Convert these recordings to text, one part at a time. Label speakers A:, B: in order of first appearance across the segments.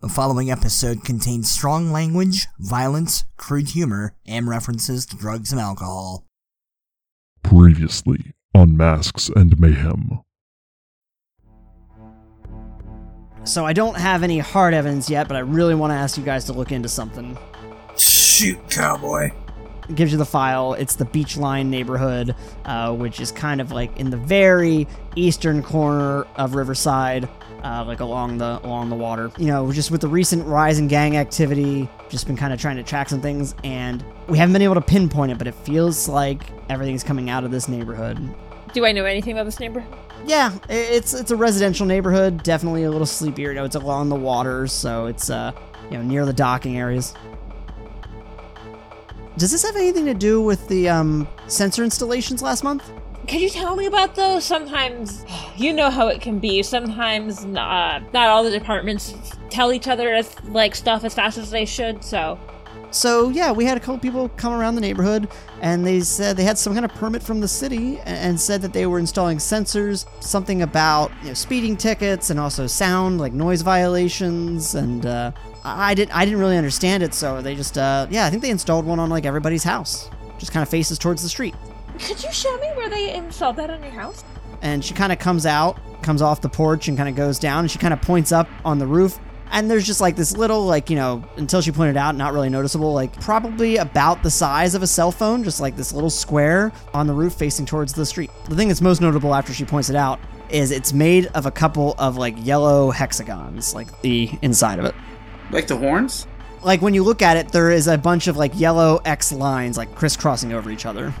A: The following episode contains strong language, violence, crude humor, and references to drugs and alcohol.
B: Previously on Masks and Mayhem.
C: So I don't have any hard evidence yet, but I really want to ask you guys to look into something.
D: Shoot, cowboy.
C: It gives you the file. It's the Beachline neighborhood, uh, which is kind of like in the very eastern corner of Riverside, uh, like along the along the water. You know, just with the recent rise in gang activity, just been kind of trying to track some things, and we haven't been able to pinpoint it, but it feels like everything's coming out of this neighborhood.
E: Do I know anything about this neighborhood?
C: Yeah, i- it's it's a residential neighborhood, definitely a little sleepier. You know, it's along the water, so it's uh, you know, near the docking areas. Does this have anything to do with the um, sensor installations last month?
E: Could you tell me about those? Sometimes, you know how it can be. Sometimes, uh, not all the departments tell each other as, like stuff as fast as they should. So,
C: So yeah, we had a couple people come around the neighborhood, and they said they had some kind of permit from the city, a- and said that they were installing sensors, something about you know, speeding tickets, and also sound like noise violations. And uh, I I didn't, I didn't really understand it, so they just, uh, yeah, I think they installed one on like everybody's house, just kind of faces towards the street.
E: could you show me where they installed that on your house?
C: And she kind of comes out, comes off the porch, and kind of goes down, and she kind of points up on the roof. And there's just like this little, like, you know, until she pointed out, not really noticeable, like probably about the size of a cell phone, just like this little square on the roof facing towards the street. The thing that's most notable after she points it out is it's made of a couple of like yellow hexagons, like the inside of it.
D: Like the horns?
C: Like when you look at it, there is a bunch of like yellow X lines like crisscrossing over each other.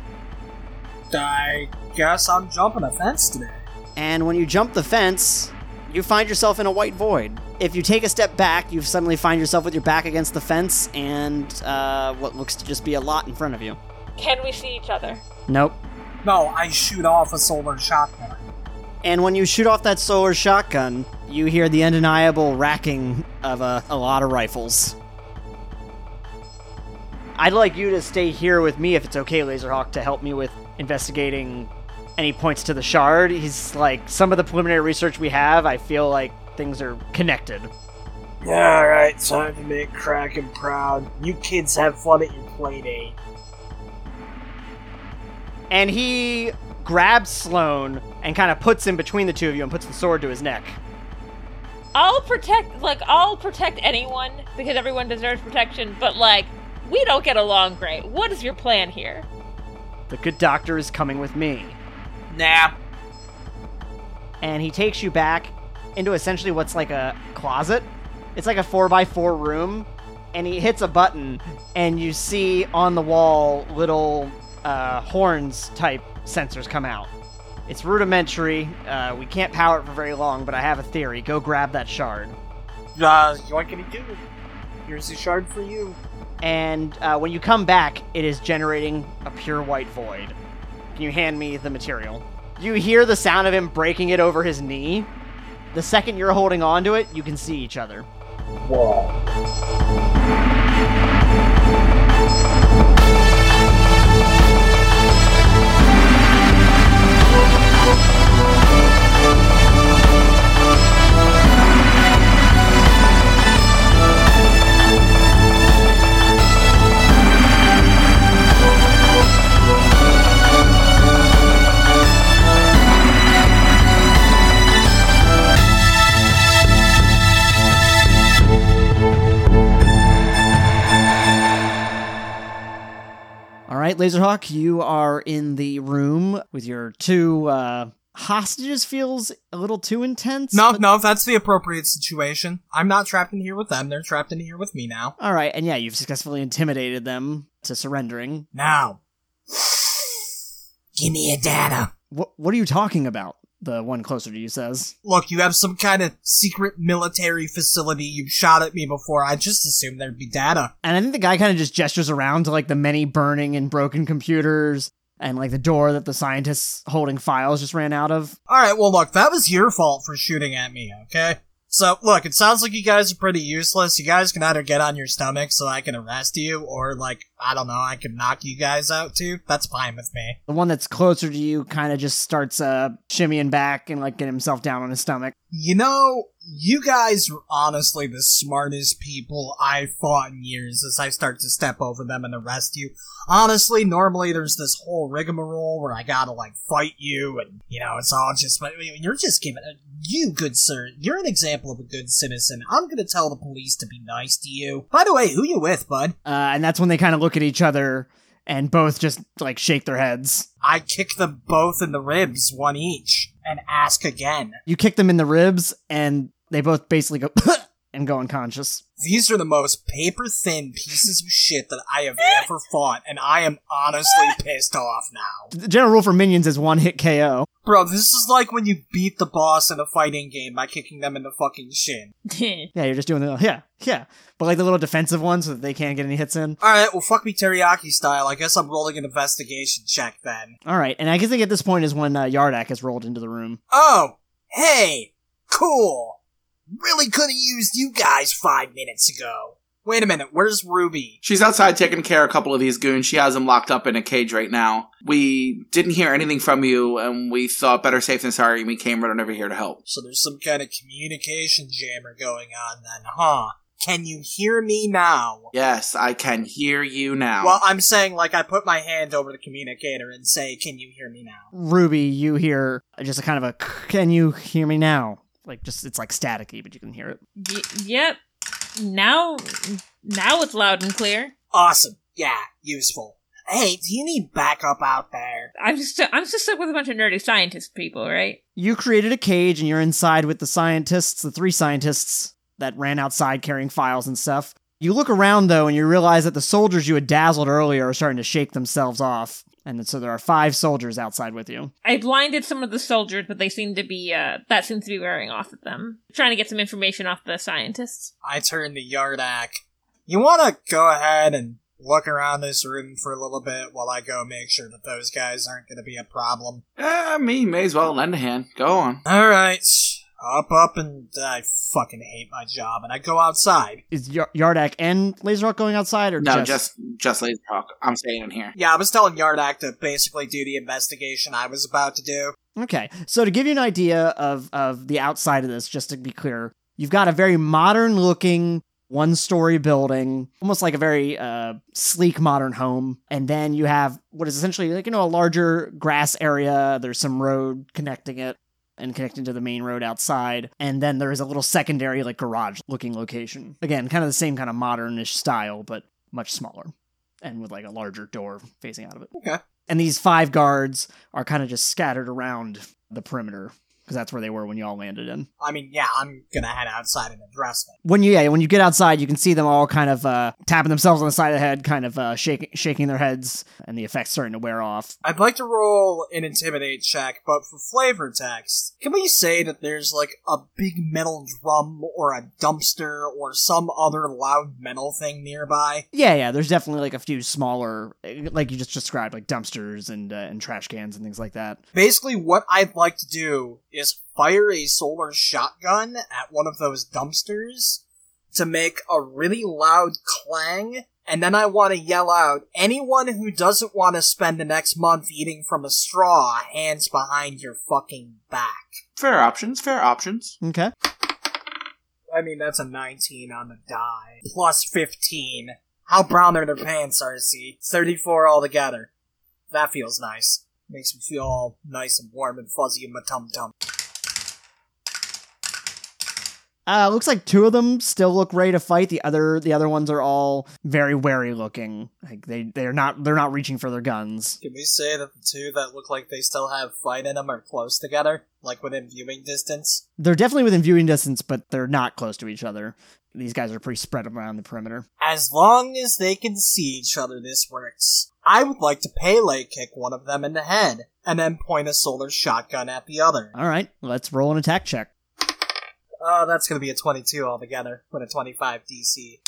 F: I guess I'm jumping a fence today.
C: And when you jump the fence, you find yourself in a white void. If you take a step back, you suddenly find yourself with your back against the fence and uh, what looks to just be a lot in front of you.
E: Can we see each other?
C: Nope.
F: No, I shoot off a solar shotgun.
C: And when you shoot off that solar shotgun, you hear the undeniable racking of a, a lot of rifles. I'd like you to stay here with me if it's okay, Laserhawk, to help me with investigating any points to the shard. He's like, some of the preliminary research we have, I feel like things are connected.
F: Yeah, alright, time to make Kraken proud. You kids have fun at your play date.
C: and he grabs Sloane and kind of puts him between the two of you and puts the sword to his neck.
E: I'll protect, like, I'll protect anyone because everyone deserves protection. But like, we don't get along great. What is your plan here?
C: The good doctor is coming with me.
F: Nah.
C: And he takes you back into essentially what's like a closet. It's like a 4x4 room. And he hits a button, and you see on the wall little uh, horns type sensors come out. It's rudimentary. Uh, we can't power it for very long, but I have a theory. Go grab that shard.
F: Uh, yoinkity do. Here's a shard for you.
C: and uh, when you come back, it is generating a pure white void. Can you hand me the material? You hear the sound of him breaking it over his knee. The second you're holding onto it, you can see each other.
F: Whoa.
C: All right, Laserhawk, you are in the room with your two uh, hostages. Feels a little too intense.
F: No,
C: but-
F: no, that's the appropriate situation. I'm not trapped in here with them, they're trapped in here with me now.
C: All right, and yeah, you've successfully intimidated them to surrendering.
F: Now. Give me a data.
C: What What are you talking about? The one closer to you says.
F: Look, you have some kind of secret military facility you shot at me before. I just assumed there'd be data.
C: And I think the guy kind of just gestures around to like the many burning and broken computers and like the door that the scientists holding files just ran out of.
F: All right, well, look, that was your fault for shooting at me, okay? So, look, it sounds like you guys are pretty useless. You guys can either get on your stomach so I can arrest you, or, like, I don't know, I can knock you guys out too. That's fine with me.
C: The one that's closer to you kind of just starts uh shimmying back and like getting himself down on his stomach.
F: You know, you guys are honestly the smartest people I've fought in years as I start to step over them and arrest you. Honestly, normally there's this whole rigmarole where I gotta like fight you and, you know, it's all just, but you're just giving, uh, you good sir, you're an example of a good citizen. I'm gonna tell the police to be nice to you. By the way, who you with, bud?
C: Uh, and that's when they kind of look at each other and both just like shake their heads.
F: I kick them both in the ribs, one each, and ask again.
C: You kick them in the ribs, and they both basically go and go unconscious.
F: These are the most paper thin pieces of shit that I have ever fought, and I am honestly pissed off now.
C: The general rule for minions is one hit KO.
F: Bro, this is like when you beat the boss in a fighting game by kicking them in the fucking shin.
C: Yeah, you're just doing the yeah, yeah, but like the little defensive one so that they can't get any hits in.
F: Alright, well, fuck me teriyaki style. I guess I'm rolling an investigation check then.
C: All right, and I guess think at this point is when uh, Yardak has rolled into the room.
F: Oh, hey, cool. Really could have used you guys five minutes ago. Wait a minute, where's Ruby?
D: She's outside taking care of a couple of these goons. She has them locked up in a cage right now. We didn't hear anything from you, and we thought better safe than sorry, and we came running over here to help.
F: So there's some kind of communication jammer going on then, huh? Can you hear me now?
D: Yes, I can hear you now.
F: Well, I'm saying like I put my hand over the communicator and say, "Can you hear me now?"
C: Ruby, you hear just a kind of a can you hear me now? Like just it's like staticky, but you can hear it.
E: Y- yep. Now, now it's loud and clear.
F: Awesome. Yeah, useful. Hey, do you need backup out there?
E: I'm just, I'm just stuck with a bunch of nerdy scientist people, right?
C: You created a cage, and you're inside with the scientists, the three scientists that ran outside carrying files and stuff. You look around though, and you realize that the soldiers you had dazzled earlier are starting to shake themselves off, and so there are five soldiers outside with you.
E: I blinded some of the soldiers, but they seem to be, uh, that seems to be wearing off of them. Trying to get some information off the scientists.
F: I turn to Yardak. You want to go ahead and look around this room for a little bit while I go make sure that those guys aren't going to be a problem.
D: Eh, me may as well lend a hand. Go on.
F: All right. Up, up, and I fucking hate my job, and I go outside.
C: Is y- Yardak and Laserhawk going outside, or
D: No, just just laser talk. I'm staying in here.
F: Yeah, I was telling Yardak to basically do the investigation I was about to do.
C: Okay, so to give you an idea of of the outside of this, just to be clear, you've got a very modern looking one story building, almost like a very uh, sleek modern home, and then you have what is essentially like you know a larger grass area. There's some road connecting it and connecting to the main road outside, and then there is a little secondary like garage looking location. Again, kind of the same kind of modernish style, but much smaller and with like a larger door facing out of it.
F: Okay.
C: And these five guards are kind of just scattered around the perimeter because that's where they were when y'all landed in.
F: I mean, yeah, I'm gonna head outside and address them.
C: When you yeah, when you get outside, you can see them all kind of uh, tapping themselves on the side of the head, kind of uh, shaking shaking their heads, and the effect's starting to wear off.
F: I'd like to roll an intimidate check, but for flavor text, can we say that there's like a big metal drum or a dumpster or some other loud metal thing nearby?
C: Yeah, yeah. There's definitely like a few smaller, eh, like you just described, like dumpsters and uh, and trash cans and things like that.
F: Basically, what I'd like to do is fire a solar shotgun at one of those dumpsters to make a really loud clang, and then I want to yell out, anyone who doesn't want to spend the next month eating from a straw, hands behind your fucking back.
D: Fair options. Fair options.
C: Okay.
F: I mean, that's a 19 on the die. Plus 15. How brown are their pants, RC? 34 altogether. That feels nice. Makes me feel all nice and warm and fuzzy in my tum tum.
C: Uh, looks like two of them still look ready to fight. The other the other ones are all very wary looking. Like they they're not they're not reaching for their guns.
F: Can we say that the two that look like they still have fight in them are close together? Like within viewing distance?
C: They're definitely within viewing distance, but they're not close to each other. These guys are pretty spread around the perimeter.
F: As long as they can see each other, this works. I would like to Pele kick one of them in the head, and then point a solar shotgun at the other.
C: All right, let's roll an attack check.
F: Oh, that's gonna be a 22 altogether with a 25 DC.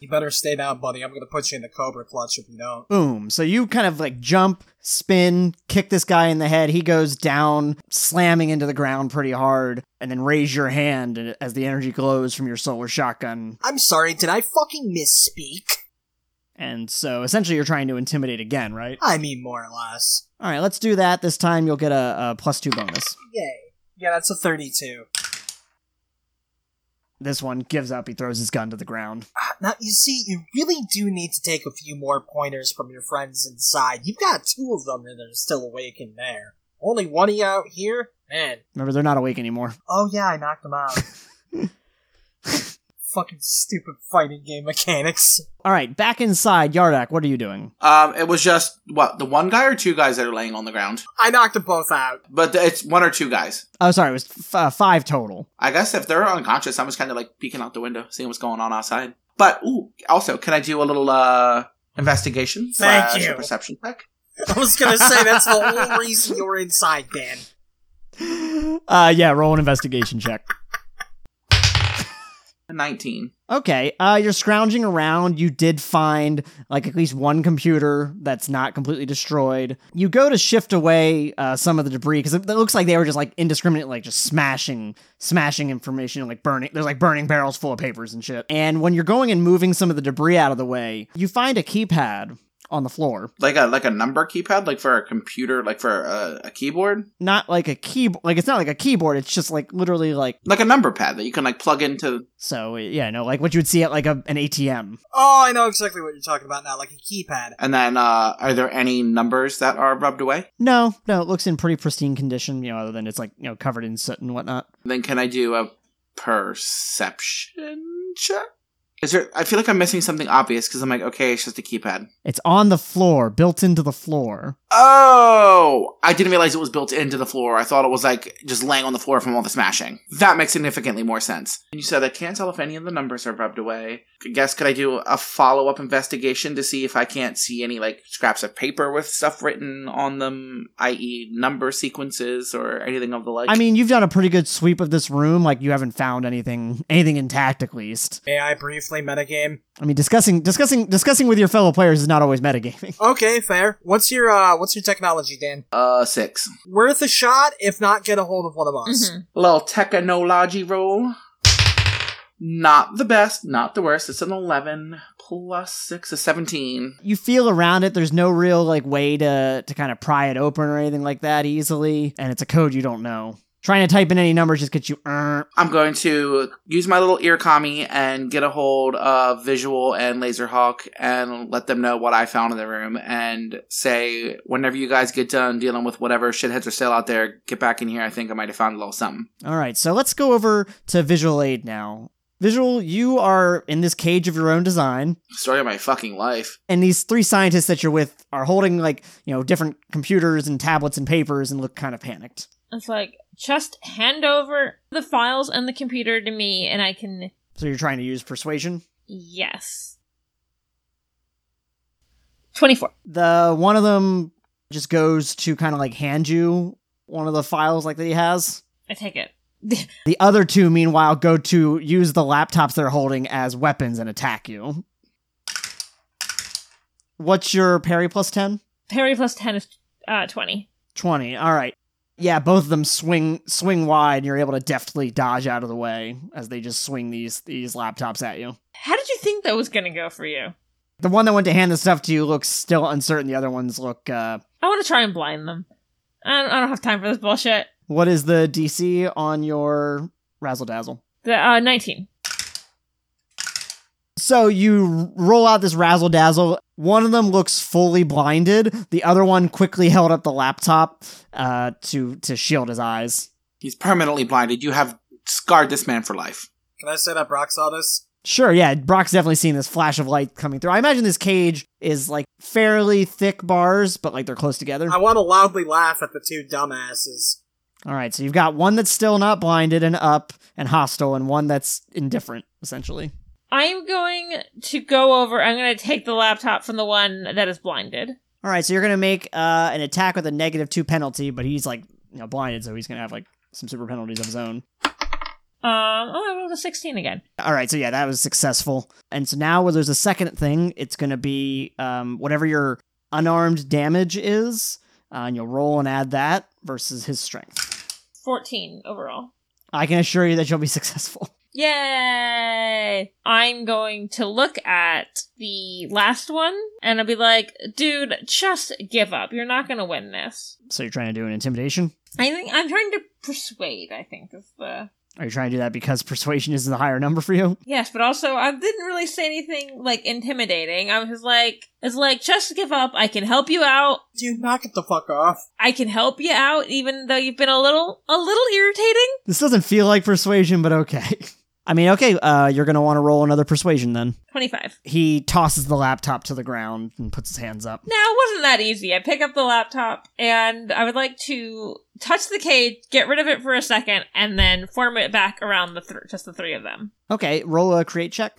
F: You better stay down, buddy. I'm gonna put you in the Cobra clutch if you don't.
C: Boom. So you kind of like jump, spin, kick this guy in the head. He goes down, slamming into the ground pretty hard, and then raise your hand and- as the energy glows from your solar shotgun.
F: I'm sorry, did I fucking misspeak?
C: And so essentially you're trying to intimidate again, right?
F: I mean, more or less.
C: All right, let's do that. This time you'll get a, a plus two bonus.
F: Yay. Yeah, that's a 32.
C: This one gives up. He throws his gun to the ground.
F: Now, you see, you really do need to take a few more pointers from your friends inside. You've got two of them that are still awake in there. Only one of you out here? Man.
C: Remember, they're not awake anymore.
F: Oh, yeah, I knocked him out. Fucking stupid fighting game mechanics.
C: All right, back inside, Yardak. What are you doing?
D: Um, it was just what the one guy or two guys that are laying on the ground,
F: I knocked them both out.
D: but it's one or two guys.
C: Oh, sorry, it was f- uh, five total.
D: I guess if they're unconscious, I'm just kind of like peeking out the window, seeing what's going on outside. But ooh, also, can I do a little uh investigation?
F: Thank
D: slash a
F: you.
D: Perception check.
F: I was gonna say that's the whole reason you were inside, Dan.
C: Uh, yeah, roll an investigation check.
D: Nineteen.
C: Okay, uh, you're scrounging around. You did find like at least one computer that's not completely destroyed. You go to shift away uh, some of the debris because it, it looks like they were just like indiscriminate, like just smashing, smashing information, like burning. There's like burning barrels full of papers and shit. And when you're going and moving some of the debris out of the way, you find a keypad on the floor.
D: Like a like a number keypad, like for a computer, like for a, a keyboard,
C: Not like a keyboard. Like it's not like a keyboard. It's just like literally like
D: like a number pad that you can like plug into.
C: so. Yeah, no, like what you would see at like a, an ATM.
F: Oh, I know exactly what you're talking about now, like a keypad.
D: And then, uh, are there any numbers that are rubbed away?
C: No, no, it looks in pretty pristine condition, you know, other than it's like, you know, covered in soot and whatnot.
D: Then can I do a perception check? Is there? I feel like I'm missing something obvious because I'm like, okay, it's just a keypad.
C: It's on the floor, built into the floor.
D: Oh, I didn't realize it was built into the floor. I thought it was like just laying on the floor from all the smashing. That makes significantly more sense. And you said I can't tell if any of the numbers are rubbed away. I guess could I do a follow up investigation to see if I can't see any like scraps of paper with stuff written on them, i.e., number sequences or anything of the like?
C: I mean, you've done a pretty good sweep of this room, like you haven't found anything anything intact at least.
F: May I briefly metagame?
C: I mean, discussing discussing discussing with your fellow players is not always metagaming.
F: Okay, fair. What's your uh what's your technology, Dan?
D: uh, six.
F: Worth a shot, if not get a hold of one of us.
E: Mhm.
D: Little technology roll. Not the best, not the worst. It's an eleven plus six is seventeen.
C: You feel around it, there's no real like way to to kind of pry it open or anything like that easily, and it's a code you don't know. Trying to type in any numbers just gets you uh,
D: I'm going to use my little ear commie and get a hold of Visual and Laserhawk and let them know what I found in the room and say, whenever you guys get done dealing with whatever shitheads are still out there, get back in here. I think I might have found a little something.
C: All right, so let's go over to visual aid now. Visual, you are in this cage of your own design,
D: Story of my fucking life.
C: and these three scientists that you're with are holding like, you know, different computers and tablets and papers and look kind of panicked.
E: Mm-hmm. It's like just hand over the files and the computer to me, and I can.
C: So you're trying to use persuasion.
E: Yes. Twenty-four.
C: The one of them just goes to kind of like hand you one of the files like that he has.
E: I take it.
C: The other two meanwhile go to use the laptops they're holding as weapons and attack you. What's your parry plus 10?
E: Parry plus ten is uh, twenty.
C: 20 all right yeah both of them swing swing wide and you're able to deftly dodge out of the way as they just swing these these laptops at you
E: How did you think that was gonna go for you?
C: the one that went to hand the stuff to you looks still uncertain the other ones look uh
E: I want to try and blind them. I don't, I don't have time for this bullshit.
C: what is the dc on your razzle dazzle
E: The uh, nineteen.
C: so you r- roll out this razzle dazzle one of them looks fully blinded the other one quickly held up the laptop uh to to shield his eyes
D: He's permanently blinded. You have scarred this man for life.
F: Can I say that Brock saw this?
C: Sure, yeah, Brock's definitely seen this flash of light coming through. I imagine this cage is like fairly thick bars, but like they're close together.
F: I wanna loudly laugh at the two dumbasses.
C: All right, so you've got one that's still not blinded and up and hostile, and one that's indifferent, essentially.
E: I'm going to go over. I'm going to take the laptop from the one that is blinded.
C: All right, so you're gonna make uh, an attack with a negative two penalty, but he's like you know blinded, so he's gonna have like some super penalties of his own.
E: Um, oh, I rolled a 16 again.
C: All right, so yeah, that was successful. And so now, where there's a second thing, it's going to be um, whatever your unarmed damage is, uh, and you'll roll and add that versus his strength.
E: 14 overall.
C: I can assure you that you'll be successful.
E: Yay! I'm going to look at the last one and I'll be like, dude, just give up. You're not going to win this.
C: So you're trying to do an intimidation.
E: I think I'm trying to persuade, I think is the
C: Are you trying to do that because persuasion is the higher number for you?
E: Yes, but also I didn't really say anything like intimidating. I was just like, it's like just give up. I can help you out.
F: Dude, knock it the fuck off.
E: I can help you out, even though you've been a little, a little irritating.
C: This doesn't feel like persuasion, but okay. I mean, okay, uh, you're going to want to roll another persuasion then.
E: Twenty-five.
C: He tosses the laptop to the ground and puts his hands up.
E: Now it wasn't that easy. I pick up the laptop and I would like to touch the cage, get rid of it for a second, and then form it back around the thr just the three of them.
C: Okay, roll a create check.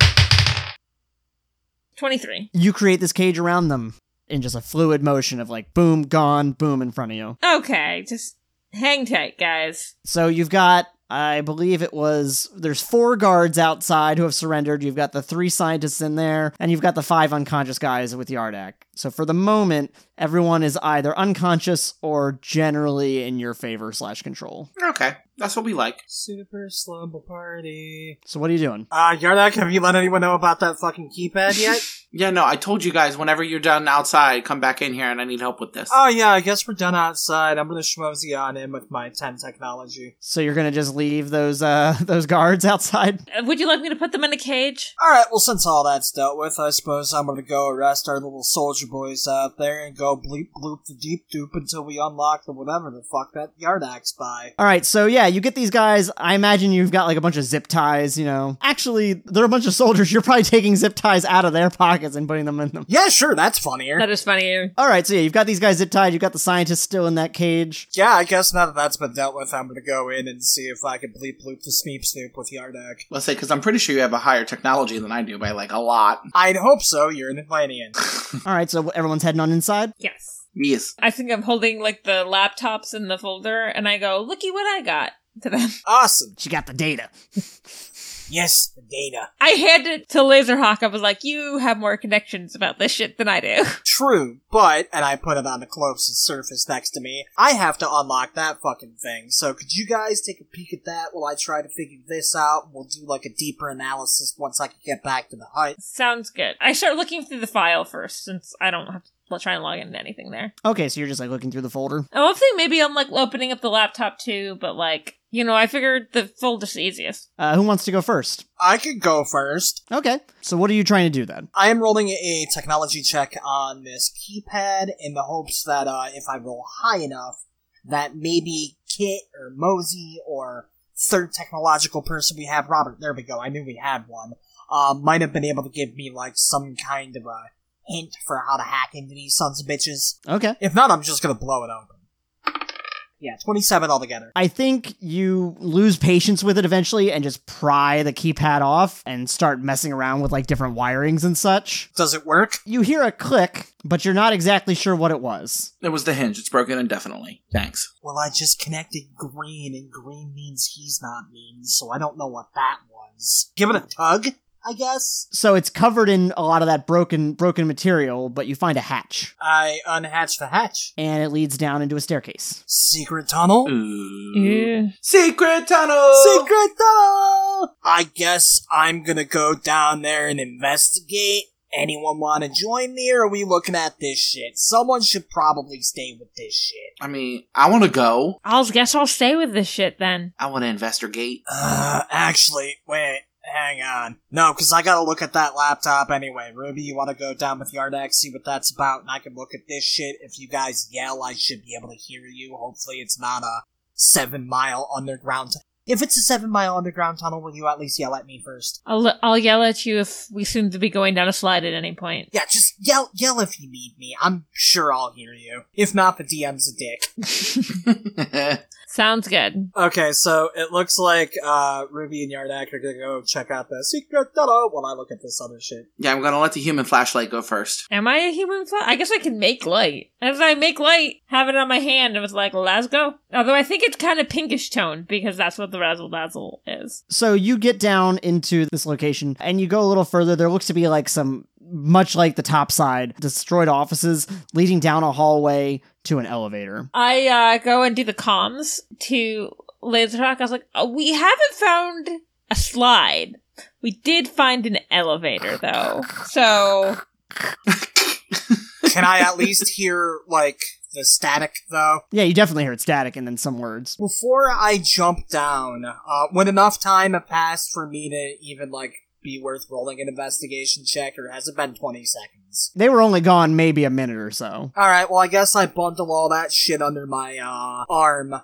E: Twenty-three.
C: You create this cage around them in just a fluid motion of like boom, gone, boom in front of you.
E: Okay, just hang tight, guys.
C: So you've got, I believe it was, there's four guards outside who have surrendered. You've got the three scientists in there, and you've got the five unconscious guys with the Ardak. So for the moment, everyone is either unconscious or generally in your favor slash control.
D: Okay, that's what we like.
F: Super slumber party.
C: So what are you doing?
F: Uh, Yardak, have you let anyone know about that fucking keypad yet?
D: Yeah, no, I told you guys whenever you're done outside, come back in here and I need help with this.
F: oh yeah, I guess we're done outside. I'm gonna schmoozy on in with my 10 technology.
C: So you're gonna just leave those uh those guards outside?
E: Uh, Would you like me to put them in a cage?
F: Alright, well since all that's dealt with, I suppose I'm gonna go arrest our little soldier boys out there and go bleep bloop the deep doop until we unlock the whatever the fuck that Yardak's by.
C: All right, so yeah, you get these guys. I imagine you've got like a bunch of zip ties, you know. Actually, they're a bunch of soldiers. You're probably taking zip ties out of their pockets and putting them in them.
F: Yeah, sure, that's funnier.
E: That is funny.
C: All right, so yeah, you've got these guys zip tied. You've got the scientists still in that cage.
F: yeah, I guess now that that's been dealt with, I'm gonna go in and see if I can bleep bloop the sneep snoop with Yardak.
D: Let's say, because I'm pretty sure you have a higher technology than I do by like a lot.
F: I'd hope so, you're an Atlantean.
C: All right, so everyone's heading on inside.
E: Yes.
D: Yes.
E: I think I'm holding like the laptops in the folder, and I go, "Looky what I got." To them,
F: awesome.
C: She got the data.
F: Yes, the data.
E: I handed to Laserhawk. I was like, "You have more connections about this shit than I do."
F: True, but, and I put it on the Colossus surface next to me, I have to unlock that fucking thing. So could you guys take a peek at that while I try to figure this out? We'll do like a deeper analysis once I can get back to the hut.
E: Sounds good. I start looking through the file first, since I don't have to l- try and log into anything there.
C: Okay, so you're just like looking through the folder.
E: I one thing, maybe I'm like opening up the laptop too, but like you know, I figured the folder's the easiest.
C: Uh, who wants to go first?
F: I could go first.
C: Okay, so what are you trying to do then?
F: I am rolling a technology check on this keypad in the hopes that uh, if I roll high enough, that maybe Kit or Mosey or third technological person we have, Robert, there we go, I knew we had one, uh, might have been able to give me like some kind of a hint for how to hack into these sons of bitches.
C: Okay.
F: If not, I'm just gonna blow it open. Yeah, 27 altogether.
C: I think you lose patience with it eventually and just pry the keypad off and start messing around with like different wirings and such.
F: Does it work?
C: You hear a click, but you're not exactly sure what it was.
D: It was the hinge. It's broken indefinitely. Thanks.
F: Well, I just connected green, and green means he's not mean, so I don't know what that was. Give it a tug, I guess.
C: So it's covered in a lot of that broken broken material, but you find a hatch
F: I unhatch the hatch.
C: and it leads down into a staircase.
F: Secret tunnel?
D: Mm. Ooh.
E: Yeah.
D: Secret tunnel!
F: Secret tunnel! I guess I'm gonna go down there and investigate. Anyone wanna join me, or are we looking at this shit? Someone should probably stay with this shit.
D: I mean, I want to go.
E: I'll guess I'll stay with this shit then.
D: I want to investigate.
F: Uh, actually, wait, hang on. No, because I gotta look at that laptop anyway. Ruby, you wanna go down with Yardak, see what that's about, and I can look at this shit. If you guys yell, I should be able to hear you. Hopefully, it's not a seven mile underground. if it's a seven mile underground tunnel, will you at least yell at me first?
E: I'll I'll yell at you if we seem to be going down a slide at any point.
F: Yeah, just yell, yell if you need me. I'm sure I'll hear you. If not, the DM's a dick.
E: Sounds good.
F: Okay, so it looks like uh, Ruby and Yardak are gonna go check out the secret tunnel while I look at this other shit.
D: yeah, I'm going to let the human flashlight go first.
E: Am I a human fly? I guess I can make light. As I make light, have it on my hand, and was like, let's go. Although I think it's kind of pinkish toned because that's what the razzle dazzle is.
C: So you get down into this location and you go a little further. There looks to be like some, much like the top side, destroyed offices leading down a hallway to an elevator.
E: I uh, go and do the comms to Laserhawk. I was like, oh, we haven't found a slide. We did find an elevator though. So
F: Can I at least hear like the static though.
C: Yeah, you definitely heard static and then some words.
F: Before I jump down, uh, when enough time had passed for me to even like be worth rolling an investigation check, or has it been twenty seconds?
C: They were only gone maybe a minute or so.
F: All right, well I guess I bundle all that shit under my uh, arm,